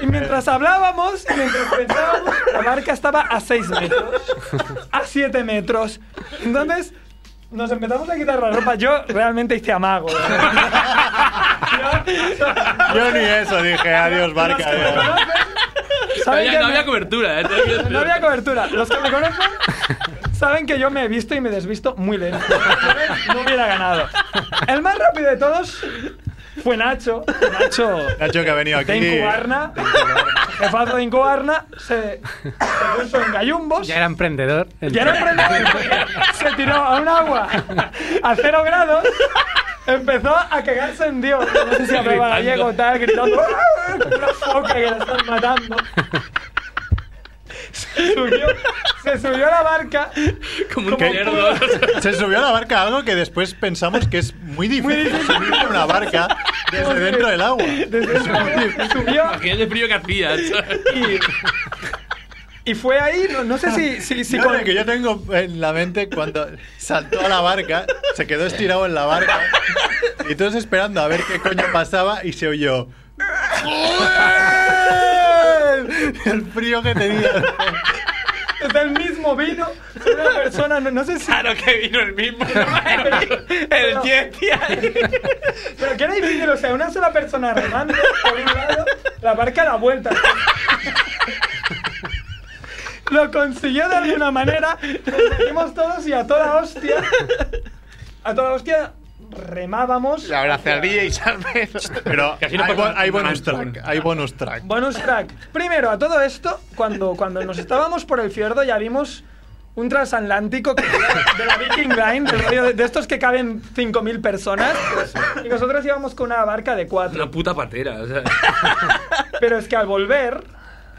Speaker 2: Y mientras hablábamos y mientras pensábamos, la barca estaba a 6 metros, a 7 metros. Entonces nos empezamos a quitar la ropa. Yo realmente hice amago. ¿eh?
Speaker 6: Yo ni eso dije, adiós barca. adiós.
Speaker 10: No
Speaker 2: ¿Saben
Speaker 10: había,
Speaker 2: que
Speaker 10: no había
Speaker 2: me-
Speaker 10: cobertura, ¿eh? Todavía-
Speaker 2: No había cobertura. Los que me conocen saben que yo me he visto y me desvisto muy lento. No hubiera ganado. El más rápido de todos fue Nacho. Nacho
Speaker 6: Nacho que ha venido aquí.
Speaker 2: de Incubarna. Jefazo de Incubarna. Se, se puso en gallumbos.
Speaker 3: Ya era emprendedor. el-
Speaker 2: Ya no Se tiró a un agua a cero grados. Empezó a cagarse en Dios. No sé si hablaba
Speaker 10: Gritando.
Speaker 2: gallego o tal, gritando. "¡Ah! Una foca que la están matando. Subió, Se subió a la barca.
Speaker 9: Como
Speaker 2: un
Speaker 6: cerdo. Se subió a la barca algo que después pensamos que es muy difícil, subir a una barca desde
Speaker 2: Pues
Speaker 6: dentro del agua.
Speaker 9: Imagínate el frío que hacía.
Speaker 2: Y fue ahí, no, no sé si... si, si
Speaker 6: No,
Speaker 2: con-
Speaker 6: no, que yo tengo en la mente cuando saltó a la barca, se quedó estirado en la barca y todos esperando a ver qué coño pasaba y se oyó. ¡Joder! El frío que tenía.
Speaker 2: Es el mismo vino. Soy Una persona, no, no sé si. Claro
Speaker 1: que vino el mismo. el Yeti ahí.
Speaker 2: Pero que era difícil, o sea, una sola persona remando por un lado, la barca a la vuelta. Lo consiguió de alguna manera. Nos metimos todos y a toda hostia. A toda hostia remábamos.
Speaker 1: La abrazadilla y salvedo.
Speaker 6: Pero
Speaker 2: así no
Speaker 6: hay,
Speaker 2: pasa
Speaker 6: bo-
Speaker 2: nada,
Speaker 6: hay bonus
Speaker 2: Antonio.
Speaker 6: track, hay bonus track.
Speaker 2: Bonus track. Primero, a todo esto, cuando, cuando nos estábamos por el fiordo ya vimos un transatlántico que- de la Viking Line, del rollo de, de estos que caben 5.000 personas, y nosotros íbamos con una barca de cuatro.
Speaker 9: Una puta patera. O sea,
Speaker 2: Pero es que al volver,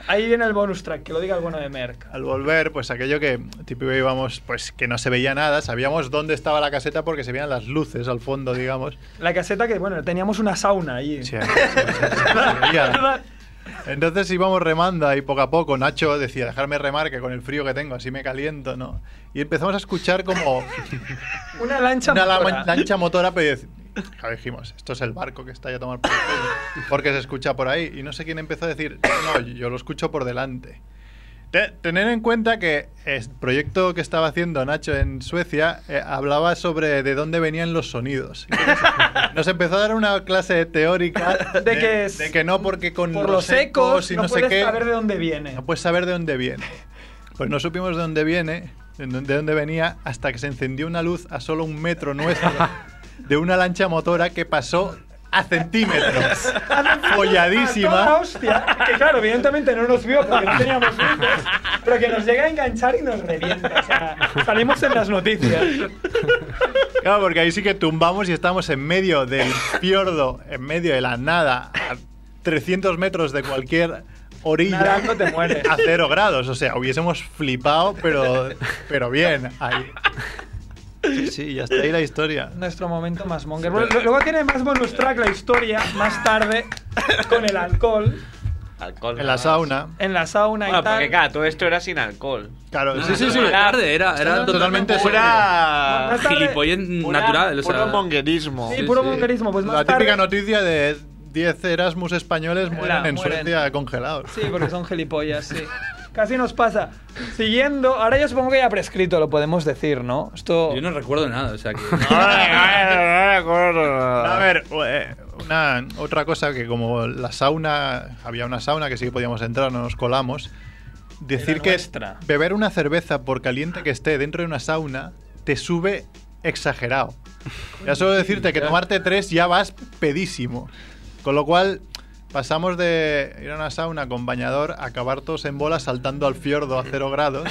Speaker 2: ahí viene el bonus track, que lo diga alguno de Merck.
Speaker 6: Al volver, pues aquello que típico íbamos, pues que no se veía nada, sabíamos dónde estaba la caseta porque se veían las luces al fondo, digamos.
Speaker 2: La caseta que, bueno, teníamos una sauna ahí.
Speaker 6: Ya. Entonces íbamos remando ahí poco a poco. Nacho decía, dejarme remar, que con el frío que tengo así me caliento, ¿no? Y empezamos a escuchar como
Speaker 2: Una lancha
Speaker 6: una la-
Speaker 2: motora.
Speaker 6: lancha motora, pero dec- claro, dijimos, esto es el barco que está ya a tomar por el culo", porque se escucha por ahí. Y no sé quién empezó a decir, no, yo lo escucho por delante. Te- tener en cuenta que el proyecto que estaba haciendo Nacho en Suecia eh, hablaba sobre de dónde venían los sonidos. Entonces, Nos empezó a dar una clase teórica
Speaker 2: De que es-
Speaker 6: de que no porque con
Speaker 2: Por los ecos,
Speaker 6: y
Speaker 2: no,
Speaker 6: no, sé
Speaker 2: puedes
Speaker 6: qué
Speaker 2: saber de dónde viene.
Speaker 6: no puedes saber de dónde viene. Pues no supimos de dónde viene, de dó- de dónde venía, hasta que se encendió una luz a solo un metro nuestro de una lancha motora que pasó a centímetros.
Speaker 2: A toda
Speaker 6: Folladísima.
Speaker 2: hostia, que claro, evidentemente no nos vio porque no teníamos luces, pero que nos llega a enganchar y nos revienta. O sea, salimos en las noticias.
Speaker 6: Claro, porque ahí sí que tumbamos y estamos en medio del fiordo, en medio de la nada, a 300 metros de cualquier orilla.
Speaker 2: Nadando te mueres.
Speaker 6: A cero grados, o sea, hubiésemos flipado, pero, pero bien. Ahí. Sí, Sí, y hasta ahí la historia.
Speaker 2: Nuestro momento más monger. Bueno, lo- Luego tiene más bonus track la historia, más tarde, con el alcohol,
Speaker 1: Alcohol.
Speaker 6: En la sauna.
Speaker 2: en la sauna y
Speaker 1: Bueno, porque
Speaker 2: tal.
Speaker 1: claro, todo esto era sin alcohol.
Speaker 6: Claro,
Speaker 9: no,
Speaker 6: sí, sí,
Speaker 9: no,
Speaker 6: sí.
Speaker 9: no, tarde, era, era
Speaker 6: Totalmente
Speaker 1: Pura.
Speaker 2: Más tarde-
Speaker 9: gilipollas
Speaker 1: pura-
Speaker 9: natural. O
Speaker 1: Puro
Speaker 9: sea,
Speaker 1: monguerismo.
Speaker 2: Sí, puro
Speaker 9: sí.
Speaker 2: mongerismo. Pues más
Speaker 6: La
Speaker 2: tarde-
Speaker 6: típica noticia de 10 Erasmus españoles mueren
Speaker 2: La-
Speaker 6: en
Speaker 2: mueren.
Speaker 6: Suecia congelados.
Speaker 2: Sí, porque son gilipollas, sí. Casi nos pasa. Siguiendo, ahora yo supongo que ya prescrito, lo podemos decir, ¿no? Esto.
Speaker 9: yo no recuerdo nada. O sea, que.
Speaker 2: Ah.
Speaker 6: A ver, eh, una, otra cosa que como la sauna, había una sauna que sí que podíamos entrar, no nos colamos. Decir
Speaker 2: Era
Speaker 6: que
Speaker 2: nuestra.
Speaker 6: beber una cerveza, por caliente que esté, dentro de una sauna, te sube exagerado. Ya solo decirte que tomarte tres ya vas pedísimo. Con lo cual, pasamos de ir a una sauna con bañador a acabar todos en bola saltando al fiordo a cero grados.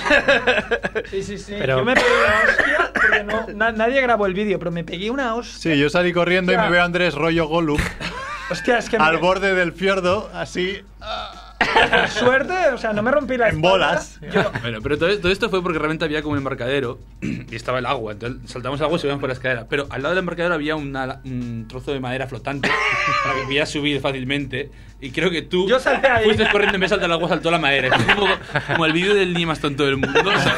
Speaker 2: Sí, sí, sí.
Speaker 3: Pero-
Speaker 2: Yo me pegué una hostia, porque no, na- nadie grabó el vídeo, pero me pegué una hostia.
Speaker 6: Sí, yo salí corriendo y me veo a Andrés rollo Gollum
Speaker 2: Hostia, es que.
Speaker 6: al
Speaker 2: me-
Speaker 6: borde del fiordo, así
Speaker 2: por suerte, o sea, no me rompí la
Speaker 6: En
Speaker 2: espalda.
Speaker 6: bolas.
Speaker 2: Yo-
Speaker 9: Bueno, pero todo, todo esto fue porque realmente había como un embarcadero y estaba el agua. Entonces saltamos al agua y subíamos por la escalera. Pero al lado del embarcadero había una- un trozo de madera flotante para que pudieras subir fácilmente. Y creo que tú
Speaker 2: Yo salté ahí.
Speaker 9: fuiste corriendo en vez de saltar al agua, saltó la madera. Es un poco como el vídeo del ni más tonto del mundo. O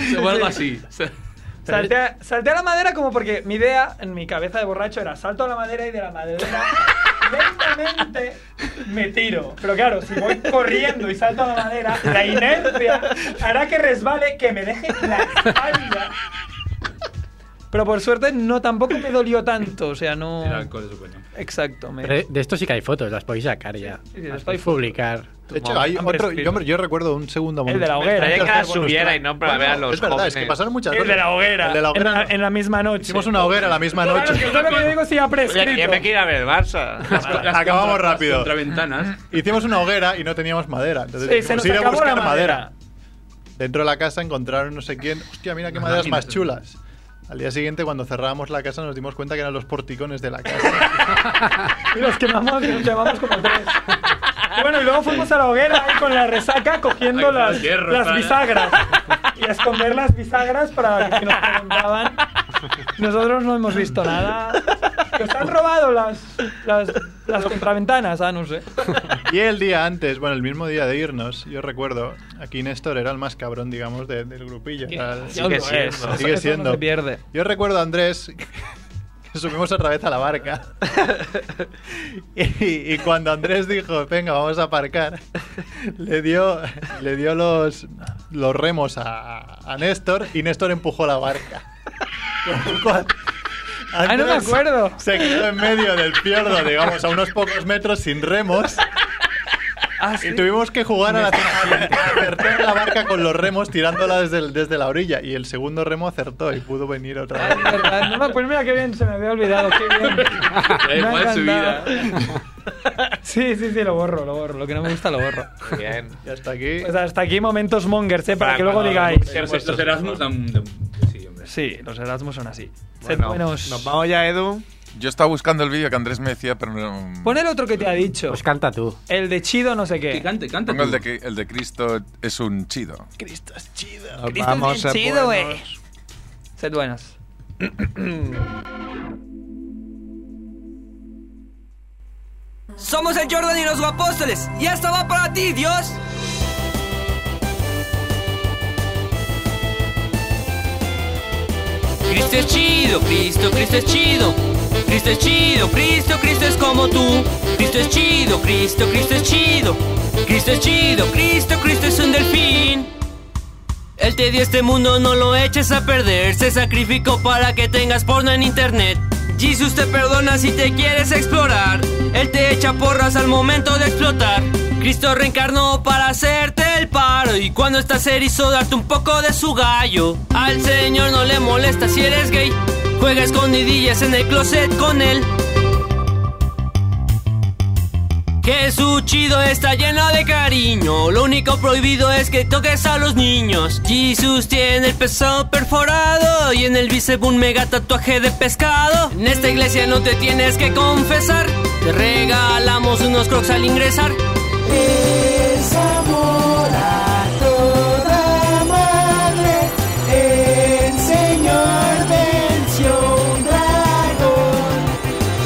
Speaker 9: sea, o algo así. O sea,
Speaker 2: Salté, a- salté a la madera como porque mi idea en mi cabeza de borracho era salto a la madera y de la madera lentamente me tiro. Pero claro, si voy corriendo y salto a la madera, la inercia hará que resbale, que me deje la espalda. Pero por suerte no tampoco me dolió tanto, o sea, no...
Speaker 9: el alcohol de su coño.
Speaker 2: Exacto, me...
Speaker 3: Pero de esto sí que hay fotos, las podéis sacar ya.
Speaker 2: sí, las
Speaker 3: las
Speaker 2: hay
Speaker 3: podéis
Speaker 2: fotos.
Speaker 3: publicar.
Speaker 6: De hecho, hay
Speaker 2: Hombre,
Speaker 6: otro.
Speaker 2: escrito.
Speaker 6: Yo, yo recuerdo un segundo
Speaker 2: El de la
Speaker 6: momento.
Speaker 2: hoguera.
Speaker 1: Estaría que la
Speaker 6: Tercer bonus
Speaker 1: subiera
Speaker 6: track.
Speaker 1: y no para ver a los
Speaker 6: Es verdad, es que
Speaker 1: jóvenes.
Speaker 6: pasaron muchas
Speaker 2: El de la hoguera.
Speaker 6: El de la hoguera.
Speaker 2: En la,
Speaker 6: no.
Speaker 2: en la misma noche.
Speaker 6: Hicimos una hoguera la misma
Speaker 2: Claro,
Speaker 6: noche.
Speaker 2: que todo lo que yo digo sí ha prescrito.
Speaker 1: Oye, ya me quiero ir a ver Barça.
Speaker 9: Las
Speaker 6: Acabamos
Speaker 9: contra- las
Speaker 6: rápido.
Speaker 9: Contraventanas.
Speaker 6: Hicimos una hoguera y no teníamos madera. Entonces
Speaker 2: Sí, Eh, se
Speaker 6: dijimos,
Speaker 2: nos
Speaker 6: ir a
Speaker 2: acabó la
Speaker 6: buscar
Speaker 2: madera.
Speaker 6: Dentro de la casa encontraron no sé quién. Hostia, mira qué
Speaker 9: Una
Speaker 6: maderas
Speaker 9: máquina.
Speaker 6: más chulas. Al día siguiente, cuando cerrábamos la casa, nos dimos cuenta que eran los porticones de la casa.
Speaker 2: Y los quemamos, los quemamos como tres. Y bueno, y luego fuimos a la hoguera ahí con la resaca cogiendo
Speaker 11: Ay, con
Speaker 2: las,
Speaker 11: los hierros,
Speaker 2: las
Speaker 11: para-
Speaker 2: bisagras. Y a esconder las bisagras para que si nos preguntaban. Nosotros no hemos visto nada. Que os han robado las, las, las contraventanas, ah, no sé.
Speaker 6: Y el día antes, bueno, el mismo día de irnos, yo recuerdo, aquí Néstor era el más cabrón, digamos, de- del grupillo.
Speaker 2: Qué
Speaker 6: Era el-
Speaker 2: gracioso Sigue siendo. es. Eso- eso
Speaker 6: Sigue
Speaker 2: no
Speaker 6: siendo.
Speaker 2: se pierde.
Speaker 6: Yo recuerdo a Andrés que subimos otra vez a la barca. Y, y cuando Andrés dijo, venga, vamos a aparcar, le dio, le dio los, los remos a, a Néstor y Néstor empujó la barca. Con lo cual,
Speaker 2: Ah, no me
Speaker 6: Andrés
Speaker 2: acuerdo.
Speaker 6: Se quedó en medio del fiordo, digamos, a unos pocos metros sin remos.
Speaker 2: Ah,
Speaker 6: Y tuvimos que jugar a, la, a acertar la barca con los remos tirándola desde, el- desde la orilla. Y el segundo remo acertó y pudo venir otra vez.
Speaker 2: ¿Verdad? No me acuerdo, mira qué bien, se me había olvidado. Qué bien. Me ha
Speaker 6: igual su
Speaker 2: encantado. Sí, sí, sí, lo borro, lo borro. Lo que no me gusta lo borro.
Speaker 3: Bien.
Speaker 6: Y hasta aquí.
Speaker 2: Pues hasta aquí momentos mongers, ¿eh? Para
Speaker 3: Para
Speaker 2: que luego
Speaker 3: cuando
Speaker 2: digáis.
Speaker 11: Los, los Erasmus dan- dan- sí, hombre.
Speaker 2: Sí, los Erasmus son así. Sed
Speaker 3: Bueno,
Speaker 2: buenos.
Speaker 3: nos vamos ya, Edu.
Speaker 5: Yo estaba buscando el vídeo que Andrés me decía, pero no.
Speaker 2: Pon el otro que te ha dicho.
Speaker 12: Pues canta tú.
Speaker 2: El de chido no sé qué.
Speaker 11: Cante, cante
Speaker 5: Pongo el
Speaker 11: tú.
Speaker 5: de, que- el de Cristo es un chido.
Speaker 6: Nos
Speaker 2: Cristo es bien chido, güey.
Speaker 6: ponernos-
Speaker 2: Sed buenos.
Speaker 10: Somos el Jordan y los apóstoles. Y esto va para ti, Dios. Cristo es chido, Cristo, Cristo es chido. Cristo es chido, Cristo, Cristo es como tú. Cristo es chido, Cristo, Cristo es chido. Cristo es chido, Cristo, Cristo es un delfín. Él te dio este mundo, no lo eches a perder. Se sacrificó para que tengas porno en internet. Jesus te perdona si te quieres explorar. Él te echa porras al momento de explotar. Cristo reencarnó para hacerte el paro. Y cuando estás erizo, darte un poco de su gallo. Al Señor no le molesta si eres gay. Juega escondidillas en el closet con él. Que su chido está lleno de cariño. Lo único prohibido es que toques a los niños. Jesus tiene el pezón perforado y en el bíceps un mega tatuaje de pescado. En esta iglesia no te tienes que confesar. Te regalamos unos crocs al ingresar.
Speaker 13: Es amor a toda madre, el Señor venció un dragón.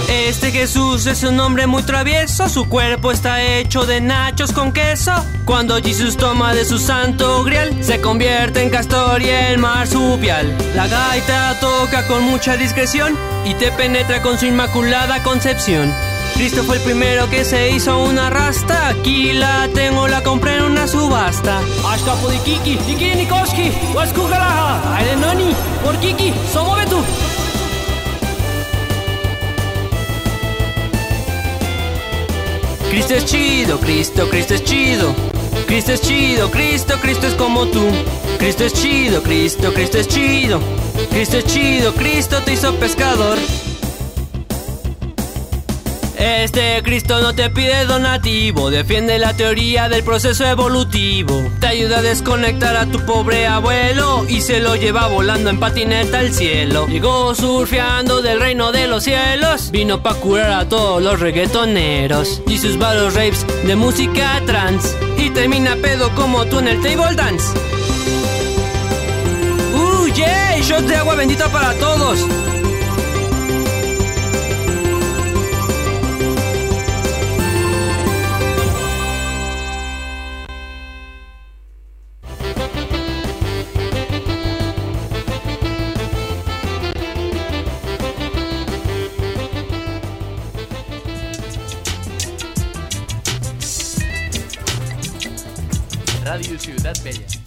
Speaker 10: Este Jesús es un hombre muy travieso, su cuerpo está hecho de nachos con queso. Cuando Jesús toma de su santo grial, se convierte en castor y en marsupial. La gaita toca con mucha discreción y te penetra con su inmaculada concepción. Cristo fue el primero que se hizo una rasta, aquí la tengo, la compré en una subasta. Ashkapo de Kiki, Kiki Nikoski, Waskugalaha, Ailenoni, por Kiki, Somovetu. Cristo es chido, Cristo, Cristo es chido. Cristo es chido, Cristo, Cristo es como tú. Cristo es chido, Cristo, Cristo es chido. Cristo es chido, Cristo te hizo pescador. Este Cristo no te pide donativo, defiende la teoría del proceso evolutivo. Te ayuda a desconectar a tu pobre abuelo y se lo lleva volando en patineta al cielo. Llegó surfeando del reino de los cielos, vino pa' curar a todos los reggaetoneros y sus varios rapes de música trans. Y termina pedo como tú en el table dance. ¡Uh, yeah! Shot de agua bendita para todos.
Speaker 14: Radio Ciudad Bella.